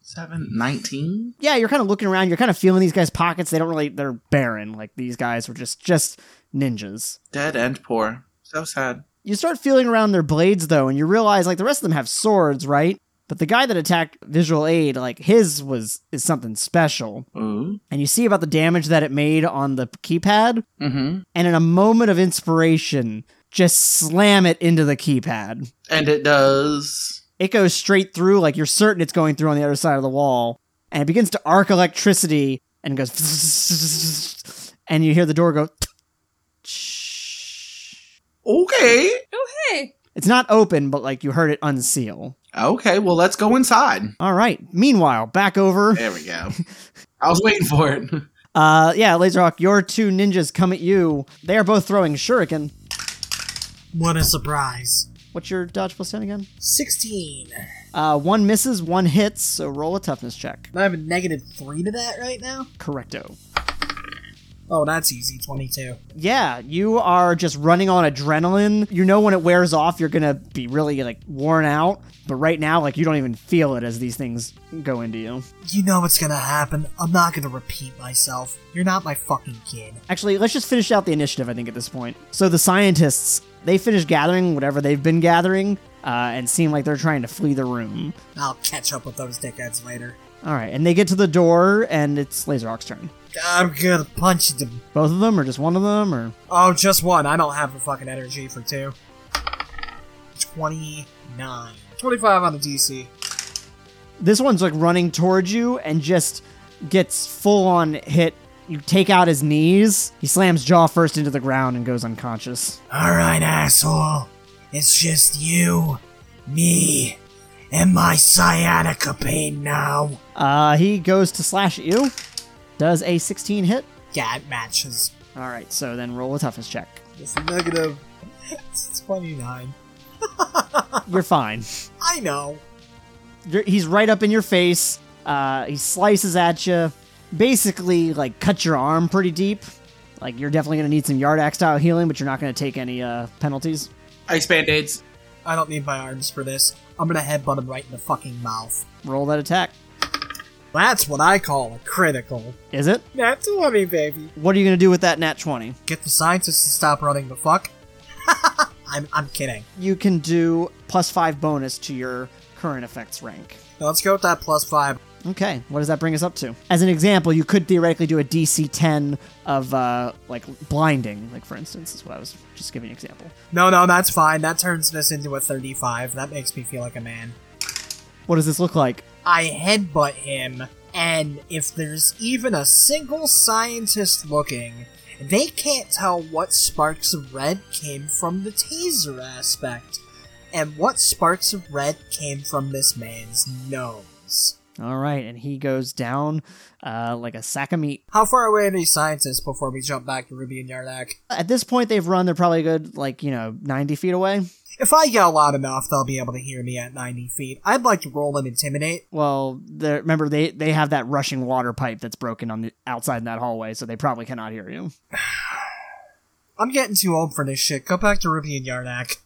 D: Seven nineteen.
C: Yeah, you're kind of looking around. You're kind of feeling these guys' pockets. They don't really. They're barren. Like these guys were just just ninjas.
D: Dead and poor. So sad.
C: You start feeling around their blades though, and you realize like the rest of them have swords, right? But the guy that attacked Visual Aid, like his was is something special.
D: Ooh.
C: And you see about the damage that it made on the keypad.
D: Mm-hmm.
C: and in a moment of inspiration, just slam it into the keypad.
D: And it does.
C: It goes straight through, like you're certain it's going through on the other side of the wall, and it begins to arc electricity and goes, and you hear the door go.
D: Okay.
E: Oh hey.
C: It's not open, but like you heard it unseal.
D: Okay. Well, let's go inside.
C: All right. Meanwhile, back over.
D: There we go. I was waiting for it.
C: Uh, yeah, Laserhawk, your two ninjas come at you. They are both throwing shuriken.
F: What a surprise.
C: What's your dodge plus ten again?
F: 16.
C: Uh, one misses, one hits. So roll a toughness check.
F: I have a negative 3 to that right now?
C: Correcto.
F: Oh, that's easy. 22.
C: Yeah, you are just running on adrenaline. You know when it wears off, you're gonna be really like worn out. But right now, like you don't even feel it as these things go into you.
F: You know what's gonna happen. I'm not gonna repeat myself. You're not my fucking kid.
C: Actually, let's just finish out the initiative. I think at this point. So the scientists they finish gathering whatever they've been gathering, uh, and seem like they're trying to flee the room.
F: I'll catch up with those dickheads later.
C: All right, and they get to the door, and it's Laserhawk's turn.
F: I'm gonna punch them.
C: Both of them, or just one of them, or
F: Oh, just one. I don't have the fucking energy for two. 29. 25 on the DC.
C: this one's like running towards you and just gets full on hit. You take out his knees. He slams jaw first into the ground and goes unconscious.
F: Alright, asshole. It's just you, me, and my sciatica pain now.
C: Uh, he goes to slash at you. Does a 16 hit?
F: Yeah, it matches.
C: All right, so then roll a toughness check.
F: It's negative. It's 29.
C: You're fine.
F: I know.
C: You're, he's right up in your face. Uh, he slices at you, basically like cut your arm pretty deep. Like you're definitely gonna need some yard axe style healing, but you're not gonna take any uh, penalties.
D: Ice band aids.
F: I don't need my arms for this. I'm gonna headbutt him right in the fucking mouth.
C: Roll that attack.
F: That's what I call a critical.
C: Is it?
F: That's what me, baby.
C: What are you gonna do with that nat 20?
F: Get the scientists to stop running the fuck. I'm, I'm kidding.
C: you can do plus five bonus to your current effects rank.
F: Now let's go with that plus five.
C: Okay, what does that bring us up to? As an example, you could theoretically do a DC 10 of uh, like blinding, like for instance, is what I was just giving an example.
F: No, no, that's fine. That turns this into a 35. That makes me feel like a man.
C: What does this look like?
F: I headbutt him, and if there's even a single scientist looking, they can't tell what sparks of red came from the taser aspect, and what sparks of red came from this man's nose.
C: All right, and he goes down uh, like a sack of meat.
F: How far away are these scientists before we jump back to Ruby and Yardak?
C: At this point, they've run. They're probably a good, like you know, ninety feet away.
F: If I yell loud enough, they'll be able to hear me at 90 feet. I'd like to roll and intimidate.
C: Well, they're- remember they they have that rushing water pipe that's broken on the outside in that hallway, so they probably cannot hear you.
F: I'm getting too old for this shit. Go back to Ruby and Yardak.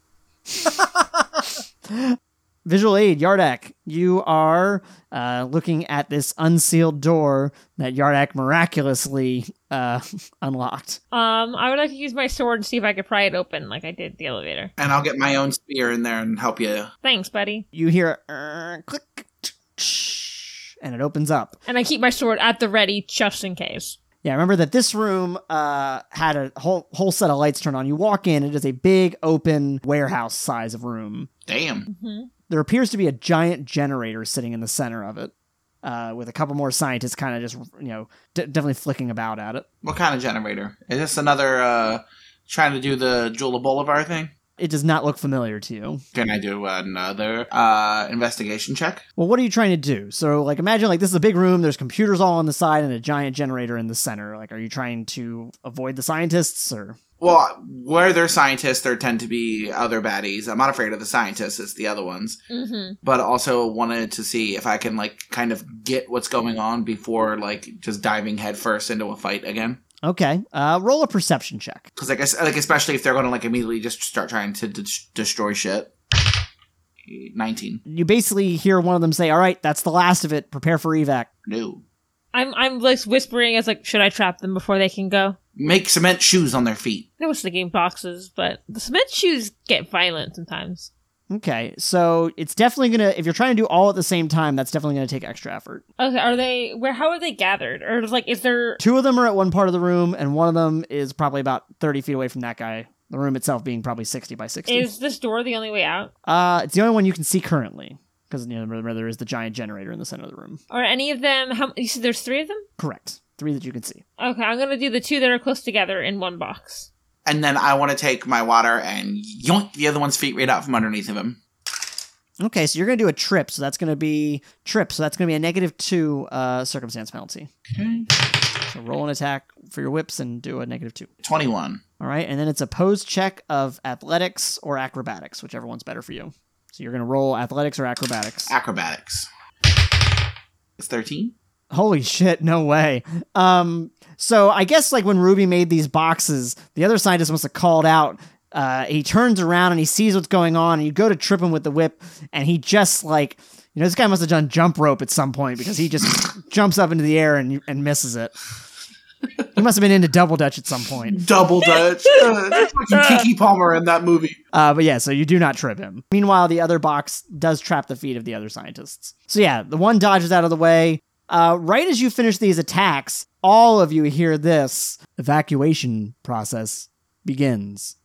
C: Visual aid, Yardak, you are uh, looking at this unsealed door that Yardak miraculously uh, unlocked.
E: Um, I would like to use my sword and see if I could pry it open like I did the elevator.
D: And I'll get my own spear in there and help you.
E: Thanks, buddy.
C: You hear a, uh, click, tsh, and it opens up.
E: And I keep my sword at the ready just in case.
C: Yeah, remember that this room uh, had a whole whole set of lights turned on. You walk in, it is a big open warehouse size of room.
D: Damn.
E: hmm
C: There appears to be a giant generator sitting in the center of it, uh, with a couple more scientists kind of just you know d- definitely flicking about at it.
D: What kind of generator? Is this another uh trying to do the Jula Bolivar thing?
C: It does not look familiar to you.
D: Can I do another uh investigation check?
C: Well, what are you trying to do? So, like, imagine like this is a big room. There's computers all on the side and a giant generator in the center. Like, are you trying to avoid the scientists or?
D: Well, where there's scientists, there tend to be other baddies. I'm not afraid of the scientists; it's the other ones.
E: hmm
D: But also wanted to see if I can like kind of get what's going on before like just diving headfirst into a fight again.
C: Okay, uh, roll a perception check.
D: Because I guess like especially if they're going to like immediately just start trying to de- destroy shit. Nineteen.
C: you basically hear one of them say, "All right, that's the last of it. Prepare for evac."
D: No.
E: I'm I'm like whispering as like, should I trap them before they can go?
D: Make cement shoes on their feet.
E: I was thinking boxes, but the cement shoes get violent sometimes.
C: Okay, so it's definitely gonna. If you're trying to do all at the same time, that's definitely gonna take extra effort.
E: Okay, are they where? How are they gathered? Or like, is there?
C: Two of them are at one part of the room, and one of them is probably about thirty feet away from that guy. The room itself being probably sixty by sixty.
E: Is this door the only way out?
C: uh, it's the only one you can see currently because you know, remember there is the giant generator in the center of the room.
E: Are any of them? How you said there's three of them?
C: Correct. Three that you can see.
E: Okay, I'm gonna do the two that are close together in one box.
D: And then I want to take my water and yoink the other one's feet right out from underneath of him.
C: Okay, so you're gonna do a trip. So that's gonna be trip. So that's gonna be a negative two uh, circumstance penalty.
D: Okay.
C: So roll an attack for your whips and do a negative two.
D: Twenty-one.
C: All right, and then it's a pose check of athletics or acrobatics, whichever one's better for you. So you're gonna roll athletics or acrobatics.
D: Acrobatics. It's thirteen.
C: Holy shit, no way. Um, so I guess like when Ruby made these boxes, the other scientist must have called out. Uh, he turns around and he sees what's going on, and you go to trip him with the whip, and he just like, you know, this guy must have done jump rope at some point because he just jumps up into the air and and misses it. He must have been into double dutch at some point.
D: Double Dutch. Uh, that's fucking Kiki Palmer in that movie.
C: Uh, but yeah, so you do not trip him. Meanwhile, the other box does trap the feet of the other scientists. So yeah, the one dodges out of the way. Uh, right as you finish these attacks, all of you hear this evacuation process begins.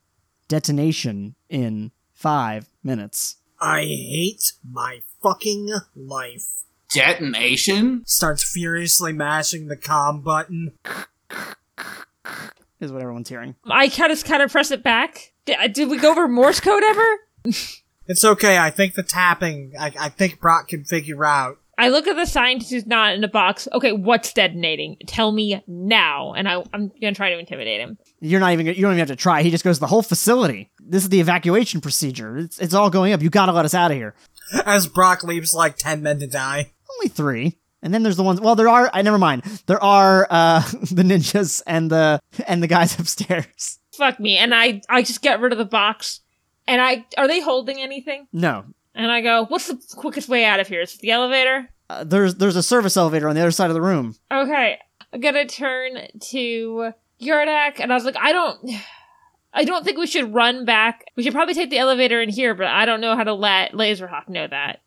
C: Detonation in five minutes.
F: I hate my fucking life.
D: Detonation.
F: Starts furiously mashing the com button.
C: Is what everyone's hearing.
E: I can just kind of press it back. Did, uh, did we go over Morse code ever?
F: It's okay, I think the tapping, I, I think Brock can figure out.
E: I look at the scientist who's not in the box. Okay, what's detonating? Tell me now, and I, I'm gonna try to intimidate him.
C: You're not even. You don't even have to try. He just goes the whole facility. This is the evacuation procedure. It's, it's all going up. You gotta let us out of here.
F: As Brock leaves like 10 men to die.
C: only three. And then there's the ones. Well, there are. I never mind. There are uh, the ninjas and the and the guys upstairs.
E: Fuck me, and I I just get rid of the box, and I are they holding anything?
C: No,
E: And I go, what's the quickest way out of here? Is it the elevator?
C: uh, there's there's a service elevator on the other side of the room.
E: Okay, I'm gonna turn to Yardak, and I was like, I don't, I don't think we should run back. We should probably take the elevator in here, but I don't know how to let Laserhawk know that.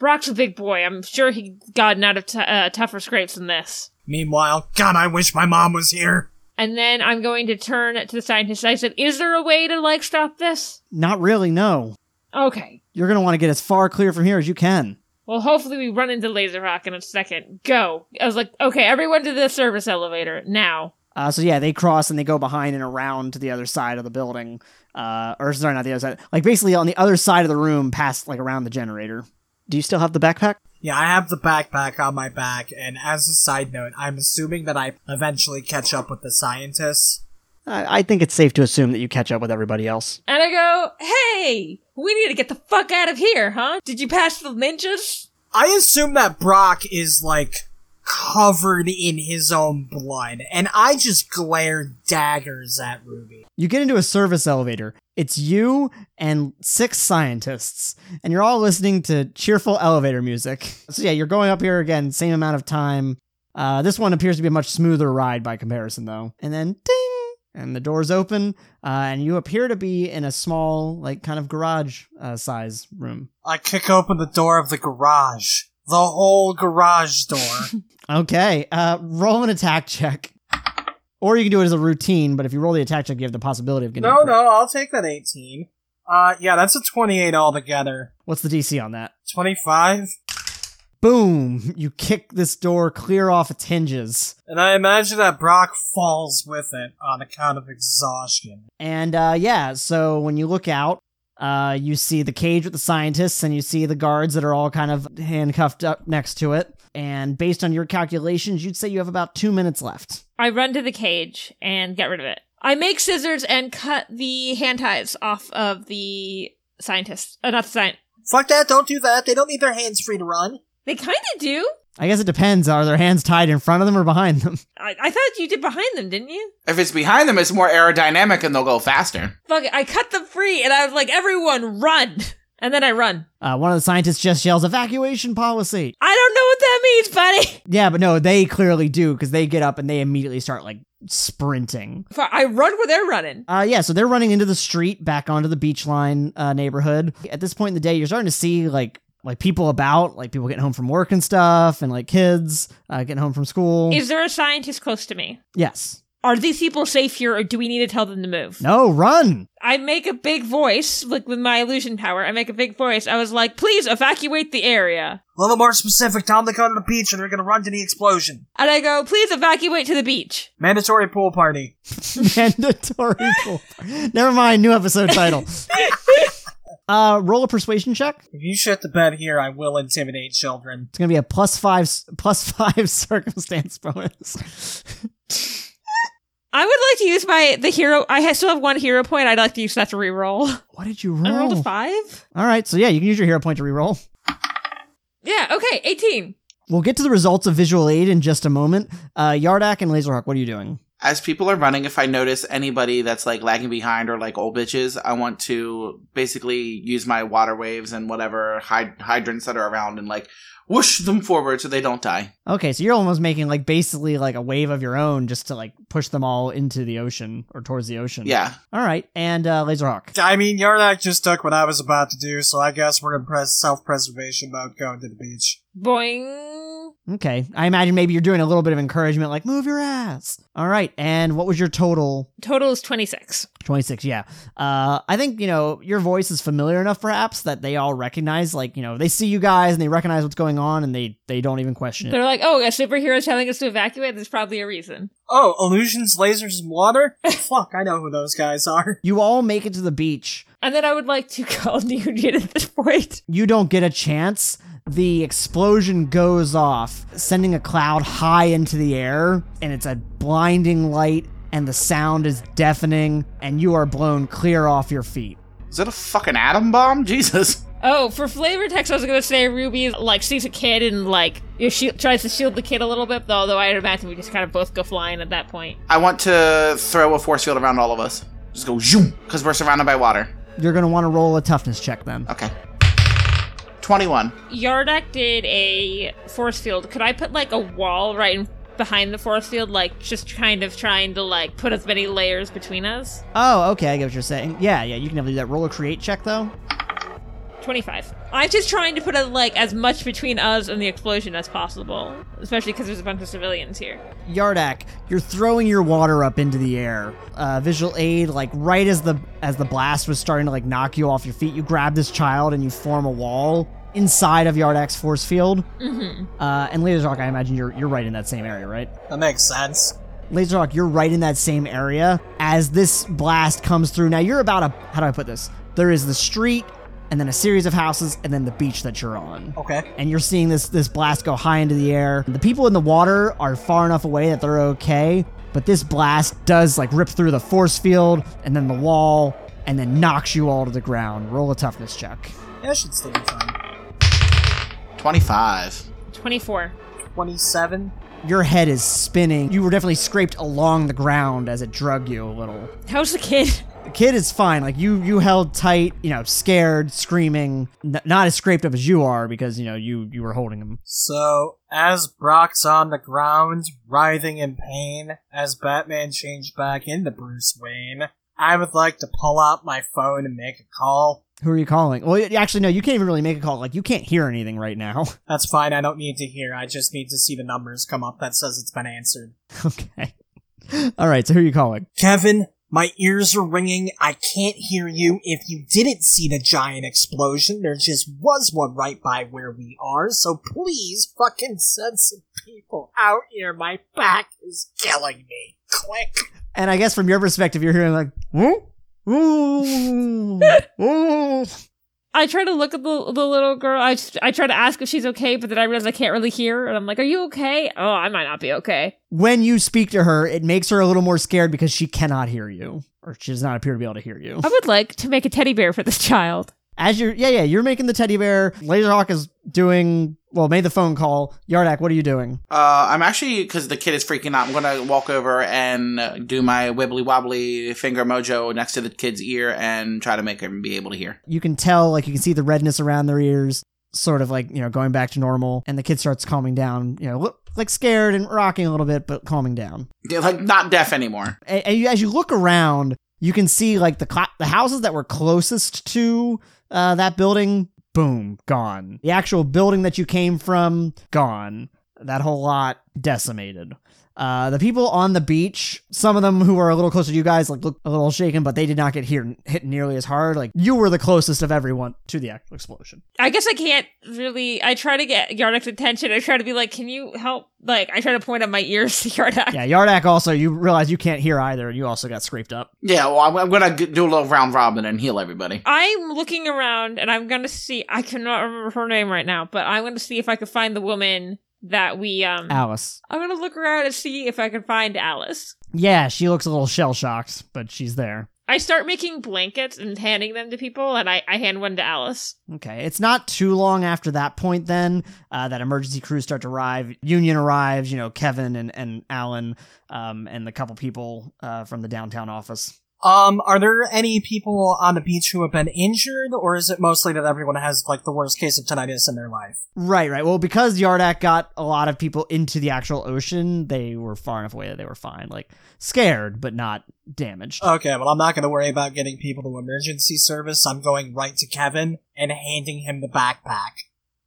E: Brock's a big boy. I'm sure he gotten out of t- uh, tougher scrapes than this.
F: Meanwhile, God, I wish my mom was here.
E: And then I'm going to turn to the scientist. I said, "Is there a way to like stop this?"
C: Not really, no.
E: Okay.
C: You're going to want to get as far clear from here as you can.
E: Well, hopefully we run into Laser Rock in a second. Go. I was like, okay, everyone to the service elevator now.
C: Uh, so yeah, they cross and they go behind and around to the other side of the building, uh, or sorry, not the other side. Like basically on the other side of the room, past like around the generator. Do you still have the backpack?
F: Yeah, I have the backpack on my back, and as a side note, I'm assuming that I eventually catch up with the scientists.
C: I, I think it's safe to assume that you catch up with everybody else.
E: And I go, hey, we need to get the fuck out of here, huh? Did you pass the ninjas?
F: I assume that Brock is like covered in his own blood, and I just glare daggers at Ruby.
C: You get into a service elevator. It's you and six scientists, and you're all listening to cheerful elevator music. So yeah, you're going up here again, same amount of time. Uh, this one appears to be a much smoother ride by comparison, though. And then ding, and the doors open, uh, and you appear to be in a small, like kind of garage uh, size room.
F: I kick open the door of the garage. The whole garage door.
C: Okay, uh, roll an attack check, or you can do it as a routine. But if you roll the attack check, you have the possibility of getting.
F: no,
C: a crit.
F: no, I'll take that 18. Uh, yeah, that's a 28 altogether.
C: What's the DC on that?
F: 25?
C: Boom! You kick this door clear off its hinges,
F: And I imagine that Brock falls with it on account of exhaustion.
C: and uh, yeah. So when you look out, uh, you see the cage with the scientists, and you see the guards that are all kind of handcuffed up next to it. And based on your calculations, you'd say you have about two minutes left.
E: I run to the cage and get rid of it. I make scissors and cut the hand ties off of the scientist. Uh, not the scientist.
F: Fuck that, don't do that. They don't need their hands free to run.
E: They kind of do.
C: I guess it depends. Are their hands tied in front of them or behind them?
E: I-, I thought you did behind them, didn't you?
D: If it's behind them, it's more aerodynamic and they'll go faster.
E: Fuck it. I cut them free and I was like, everyone run. And then I run.
C: Uh, one of the scientists just yells, "Evacuation policy!"
E: I don't know what that means, buddy.
C: Yeah, but no, they clearly do because they get up and they immediately start like sprinting.
E: Fu- I run where they're running.
C: Uh, yeah, so they're running into the street back onto the beach line uh, neighborhood. At this point in the day, you're starting to see like like people about, like people getting home from work and stuff, and like kids uh, getting home from school.
E: Is there a scientist close to me?
C: yes.
E: Are these people safe here, or do we need to tell them to move?
C: No, run.
E: I make a big voice, like with my illusion power. I make a big voice. I was like, "Please evacuate the area,"
F: A little more specific, Tom, they go to the beach and they're gonna run to the explosion.
E: and I go, "Please evacuate to the beach."
F: Mandatory pool party.
C: Mandatory. pool. Never mind. New episode title. uh, roll a persuasion check.
F: If you shit the bed here, I will intimidate children.
C: It's gonna be a plus five plus five circumstance bonus.
E: I would like to use my the hero. I ha- still have one hero point. I'd like to use that to reroll.
C: what did you roll?
E: I rolled a five.
C: All right, so yeah, you can use your hero point to reroll.
E: Yeah. Okay. Eighteen.
C: We'll get to the results of visual aid in just a moment. Uh, Yardak and Laserhawk, what are you doing?
D: As people are running, if I notice anybody that's like lagging behind or like old bitches, I want to basically use my water waves and whatever hyd- hydrants that are around and like whoosh them forward so they don't die.
C: Okay, so you're almost making like basically like a wave of your own just to like push them all into the ocean or towards the ocean.
D: Yeah.
C: All right, and uh, Laserhawk.
F: I mean, Yardak just took what I was about to do, so I guess we're in pres- self-preservation mode going to the beach.
E: Boing.
C: Okay, I imagine maybe you're doing a little bit of encouragement, like move your ass. All right, and what was your total?
E: Total is twenty six.
C: 26 yeah uh i think you know your voice is familiar enough perhaps that they all recognize like you know they see you guys and they recognize what's going on and they they don't even question it
E: They're like, "Oh, a superhero's telling us to evacuate. There's probably a reason."
F: Oh, illusions, lasers, and water? Fuck, I know who those guys are.
C: you all make it to the beach
E: And then I would like to call Nugent at this point.
C: you don't get a chance. The explosion goes off, sending a cloud high into the air, and it's a blinding light, and the sound is deafening, and you are blown clear off your feet.
D: Is that a fucking atom bomb? Jesus.
E: Oh, for flavor text, I was gonna say Ruby like sees a kid and like you know, she tries to shield the kid a little bit, though. Although I imagine we just kind of both go flying at that point.
D: I want to throw a force field around all of us. Just go zoom because we're surrounded by water.
C: You're gonna want to roll a toughness check then.
D: Okay. 21.
E: Yardak did a force field. Could I put like a wall right in behind the force field, like just kind of trying to like put as many layers between us?
C: Oh, okay, I get what you're saying. Yeah, yeah, you can never do that. Roll a create check though.
E: 25. I'm just trying to put a, like as much between us and the explosion as possible, especially because there's a bunch of civilians here.
C: Yardak, you're throwing your water up into the air. Uh, visual aid, like right as the as the blast was starting to like knock you off your feet, you grab this child and you form a wall inside of Yardak's force field.
E: hmm
C: Uh, and Laser Rock, I imagine you're you're right in that same area, right?
F: That makes sense.
C: Laser Rock, you're right in that same area as this blast comes through. Now you're about a how do I put this? There is the street, and then a series of houses, and then the beach that you're on.
F: Okay.
C: and you're seeing this this blast go high into the air. The people in the water are far enough away that they're okay, but this blast does like rip through the force field and then the wall and then knocks you all to the ground. Roll a toughness check.
F: Yeah, I should still be fine.
D: 25.
E: 24.
F: 27.
C: Your head is spinning. You were definitely scraped along the ground as it drug you a little.
E: How's the kid?
C: The kid is fine. Like you you held tight, you know, scared, screaming, N- not as scraped up as you are because, you know, you you were holding him.
F: So, as Brock's on the ground, writhing in pain, as Batman changed back into Bruce Wayne, I would like to pull out my phone and make a call.
C: Who are you calling? Well, y- actually no, you can't even really make a call. Like you can't hear anything right now.
F: That's fine, I don't need to hear, I just need to see the numbers come up that says it's been answered.
C: Okay. All right. So who are you calling?
F: Kevin, my ears are ringing, I can't hear you. If you didn't see the giant explosion, there just was one right by where we are, so please fucking send some people out here, my back is killing me. Click.
C: And I guess from your perspective, you're hearing like, ooh, ooh, ooh.
E: I try to look at the, the little girl. I, just- I try to ask if she's okay, but then I realize I can't really hear. her, And I'm like, Are you okay? Oh, I might not be okay.
C: When you speak to her, it makes her a little more scared because she cannot hear you, or she does not appear to be able to hear you.
E: I would like to make a teddy bear for this child.
C: As you're, yeah, yeah, you're making the teddy bear. Laserhawk is doing well. Made the phone call. Yardak, what are you doing?
D: Uh, I'm actually because the kid is freaking out. I'm gonna walk over and uh, do my wibbly wobbly finger mojo next to the kid's ear and try to make him be able to hear.
C: You can tell, like, you can see the redness around their ears, sort of like you know going back to normal. And the kid starts calming down. You know, look like scared and rocking a little bit, but calming down.
D: Yeah, Like not deaf anymore.
C: and, and you, as you look around, you can see like the cla the houses that were closest to uh, that building, boom, gone. The actual building that you came from, gone. That whole lot decimated. Uh, the people on the beach, some of them who are a little closer to you guys, like look a little shaken, but they did not get here, hit nearly as hard. Like you were the closest of everyone to the actual explosion.
E: I guess I can't really. I try to get Yardak's attention. I try to be like, Can you help? Like, I try to point at my ears to Yardak.
C: Yeah, Yardak also, you realize you can't hear either, and you also got scraped up.
D: Yeah, well, I'm, I'm gonna g- do a little round robin and heal everybody.
E: I'm looking around and I'm gonna see. I cannot remember her name right now, but I'm gonna see if I can find the woman that we. um
C: Alice.
E: I'm gonna look around and see if I can find Alice.
C: Yeah, she looks a little shell shocked, but she's there.
E: I start making blankets and handing them to people, and I, I hand one to Alice.
C: Okay, it's not too long after that point then uh, that emergency crews start to arrive. Union arrives, you know, Kevin and, and Alan um, and the couple people uh, from the downtown office.
F: Um, are there any people on the beach who have been injured, or is it mostly that everyone has like the worst case of tinnitus in their life?
C: Right, right. Well, because Yardak got a lot of people into the actual ocean, they were far enough away that they were fine. Like, scared, but not damaged.
F: Okay, well, I'm not going to worry about getting people to emergency service. I'm going right to Kevin and handing him the backpack.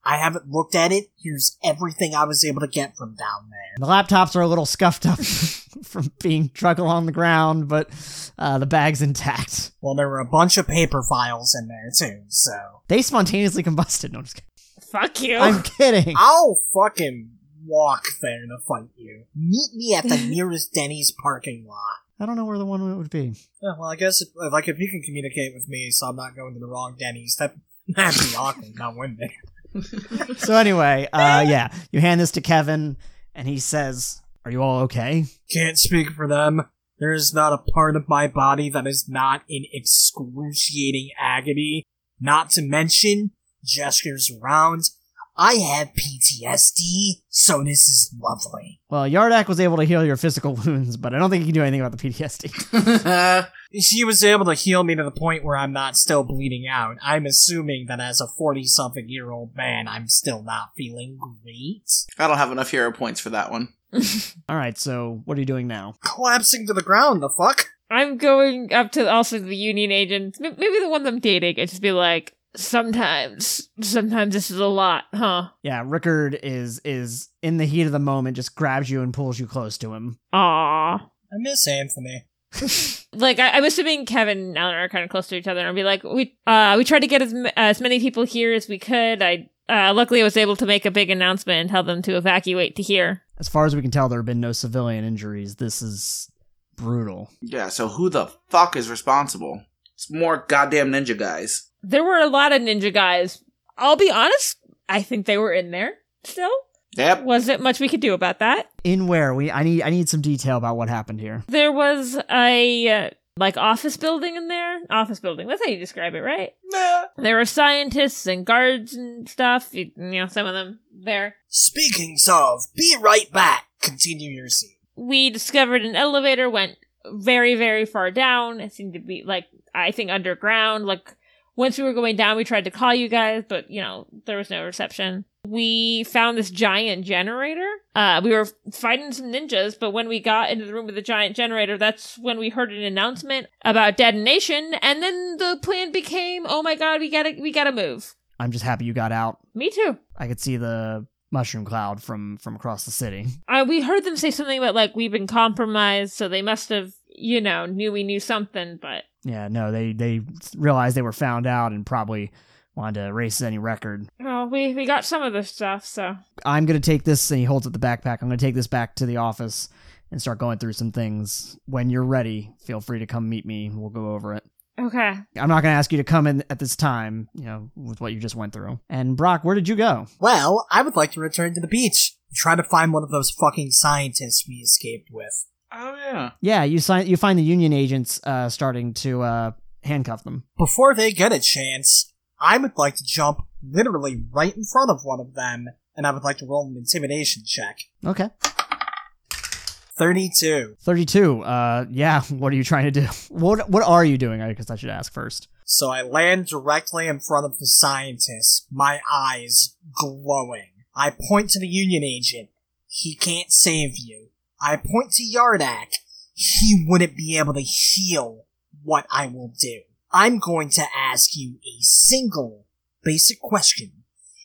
F: I haven't looked at it. Here's everything I was able to get from down there.
C: the laptops are a little scuffed up from being drug along the ground, but uh, the bag's intact.
F: Well, there were a bunch of paper files in there too, so
C: They spontaneously combusted. No, I'm just kidding.
E: Fuck you.
C: I'm kidding.
F: I'll fucking walk there to fight you. Meet me at the nearest Denny's parking lot.
C: I don't know where the one would be.
F: Yeah, well, I guess if, like if you can communicate with me, so I'm not going to the wrong Denny's, that that'd be awkward. Not wouldn't it?
C: so anyway, uh, yeah, you hand this to Kevin, and he says, "Are you all okay?"
F: Can't speak for them. There is not a part of my body that is not in excruciating agony. Not to mention gestures around. I have PTSD, so this is lovely.
C: Well, Yardak was able to heal your physical wounds, but I don't think he can do anything about the PTSD.
F: She was able to heal me to the point where I'm not still bleeding out. I'm assuming that as a 40 something year old man, I'm still not feeling great.
D: I don't have enough hero points for that one.
C: all right, so what are you doing now?
F: Collapsing to the ground, the fuck?
E: I'm going up to also the union agent, m- maybe the one I'm dating, and just be like, Sometimes, sometimes this is a lot, huh?
C: Yeah, Rickard is is in the heat of the moment, just grabs you and pulls you close to him.
E: Aw.
F: I miss Anthony.
E: Like I, I'm assuming Kevin and Eleanor are kind of close to each other, and I'll be like, we uh we tried to get as m- as many people here as we could. I uh luckily I was able to make a big announcement and tell them to evacuate to here.
C: As far as we can tell, there have been no civilian injuries. This is brutal.
D: Yeah, so who the fuck is responsible? It's more goddamn ninja guys.
E: There were a lot of ninja guys. I'll be honest, I think they were in there still.
D: Yep.
E: Wasn't much we could do about that.
C: In where we I need I need some detail about what happened here.
E: There was a uh, like office building in there. Office building. That's how you describe it, right?
D: Nah.
E: There were scientists and guards and stuff. You, you know, some of them there.
F: Speaking of, be right back. Continue your scene.
E: We discovered an elevator went very, very far down. It seemed to be like I think underground. Like once we were going down, we tried to call you guys, but you know there was no reception. We found this giant generator. Uh, we were fighting some ninjas, but when we got into the room with the giant generator, that's when we heard an announcement about detonation, and then the plan became, "Oh my god, we gotta, we gotta move."
C: I'm just happy you got out.
E: Me too.
C: I could see the mushroom cloud from from across the city.
E: Uh, we heard them say something about like we've been compromised, so they must have, you know, knew we knew something. But
C: Yeah, no, they they realized they wwere found out and probably wanted to erase any record.
E: oh, we we got some of the stuff. So
C: I'm gonna take this and he holds up the backpack. I'm gonna take this back to the office and start going through some things. When you're ready, feel free to come meet me. We'll go over it.
E: okay,
C: I'm not going to ask you to come in at this time, you know, with what you just went through. And Brock, where did you go?
F: Well, I would like to return to the beach and try to find one of those fucking scientists we escaped with.
D: Oh yeah.
C: Yeah, you sign. You find the union agents uh, starting to uh, handcuff them.
F: Before they get a chance, I would like to jump literally right in front of one of them, and I would like to roll an intimidation check.
C: Okay,
F: 32.
C: thirty-two. Uh, yeah. What are you trying to do? What What are you doing? I guess I should ask first.
F: So I land directly in front of the scientist, my eyes glowing. I point to the Union agent. He can't save you. I point to Yardak. He wouldn't be able to heal what I will do. I'm going to ask you a single basic question,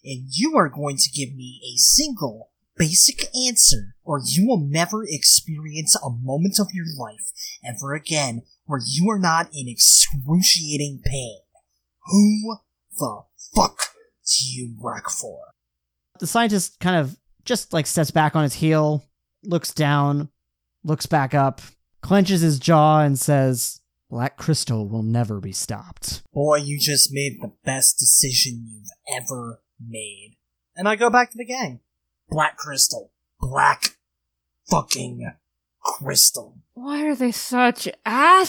F: and you are going to give me a single basic answer, or you will never experience a moment of your life ever again where you are not in excruciating pain. Who the fuck do you work for?
C: The scientist kind of just like steps back on his heel, looks down, looks back up, clenches his jaw, and says, "Black crystal will never be stopped."
F: Boy, you just made the best decision you've ever made. And I go back to the gang. Black Crystal. Black fucking Crystal.
E: why are they such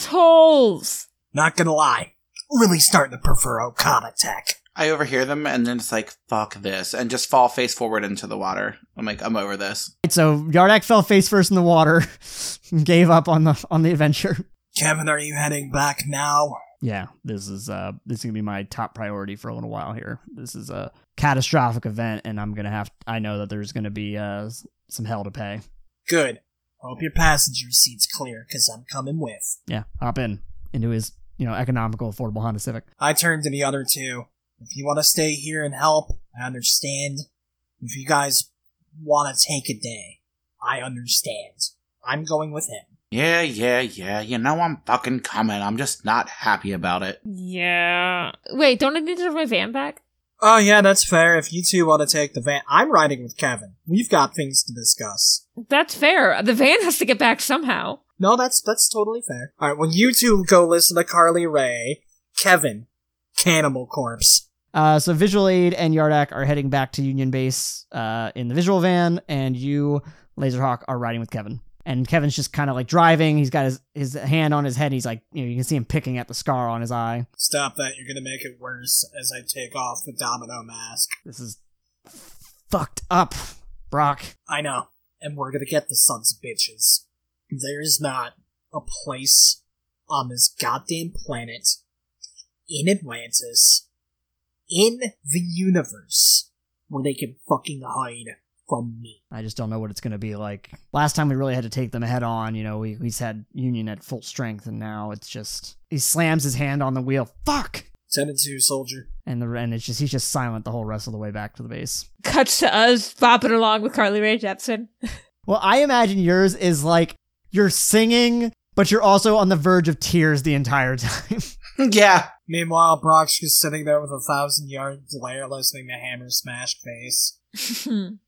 E: assholes?
F: Not gonna lie, really starting to prefer Okada Tech.
D: I overhear them and then it's like, fuck this, and just fall face forward into the water. I'm like, I'm over this.
C: So Yardak fell face first in the water, and gave up on the on the adventure.
F: Kevin, are you heading back now?
C: Yeah, this is uh this is gonna be my top priority for a little while here. This is a catastrophic event, and I'm gonna have I know that there's gonna be uh s- some hell to pay.
F: Good. Hope your passenger seat's clear, cause I'm coming with.
C: Yeah, hop in into his you know economical, affordable Honda Civic.
F: I turn to the other two. If you want to stay here and help, I understand. If you guys want to take a day, I understand. I'm going with him.
D: Yeah, yeah, yeah. You know I'm fucking coming. I'm just not happy about it.
E: Yeah. Wait, don't I need to have my van back?
F: Oh yeah, that's fair. If you two want to take the van, I'm riding with Kevin. We've got things to discuss.
E: That's fair. The van has to get back somehow.
F: No, that's that's totally fair. All right, well, you two go listen to Carly Ray, Kevin, Cannibal Corpse.
C: Uh, so Visual Aid and Yardak are heading back to Union Base uh, in the visual van, and you, Laserhawk, are riding with Kevin. And Kevin's just kind of like driving. He's got his, his hand on his head. He's like, you know, you can see him picking at the scar on his eye.
F: Stop that! You're gonna make it worse as I take off the domino mask.
C: This is fucked up, Brock.
F: I know. And we're gonna get the sons of bitches. There is not a place on this goddamn planet, in Atlantis, in the universe, where they can fucking hide from me.
C: I just don't know what it's going to be like. Last time we really had to take them head on, you know, we we had Union at full strength, and now it's just he slams his hand on the wheel. Fuck!
F: Ten and two, soldier.
C: And the and it's just he's just silent the whole rest of the way back to the base.
E: Cuts to us bopping along with Carly Rae Jepsen.
C: Well, I imagine yours is like you're singing, but you're also on the verge of tears the entire time.
D: yeah.
F: Meanwhile, Brock's just sitting there with a thousand yard glare listening to Hammer smash face.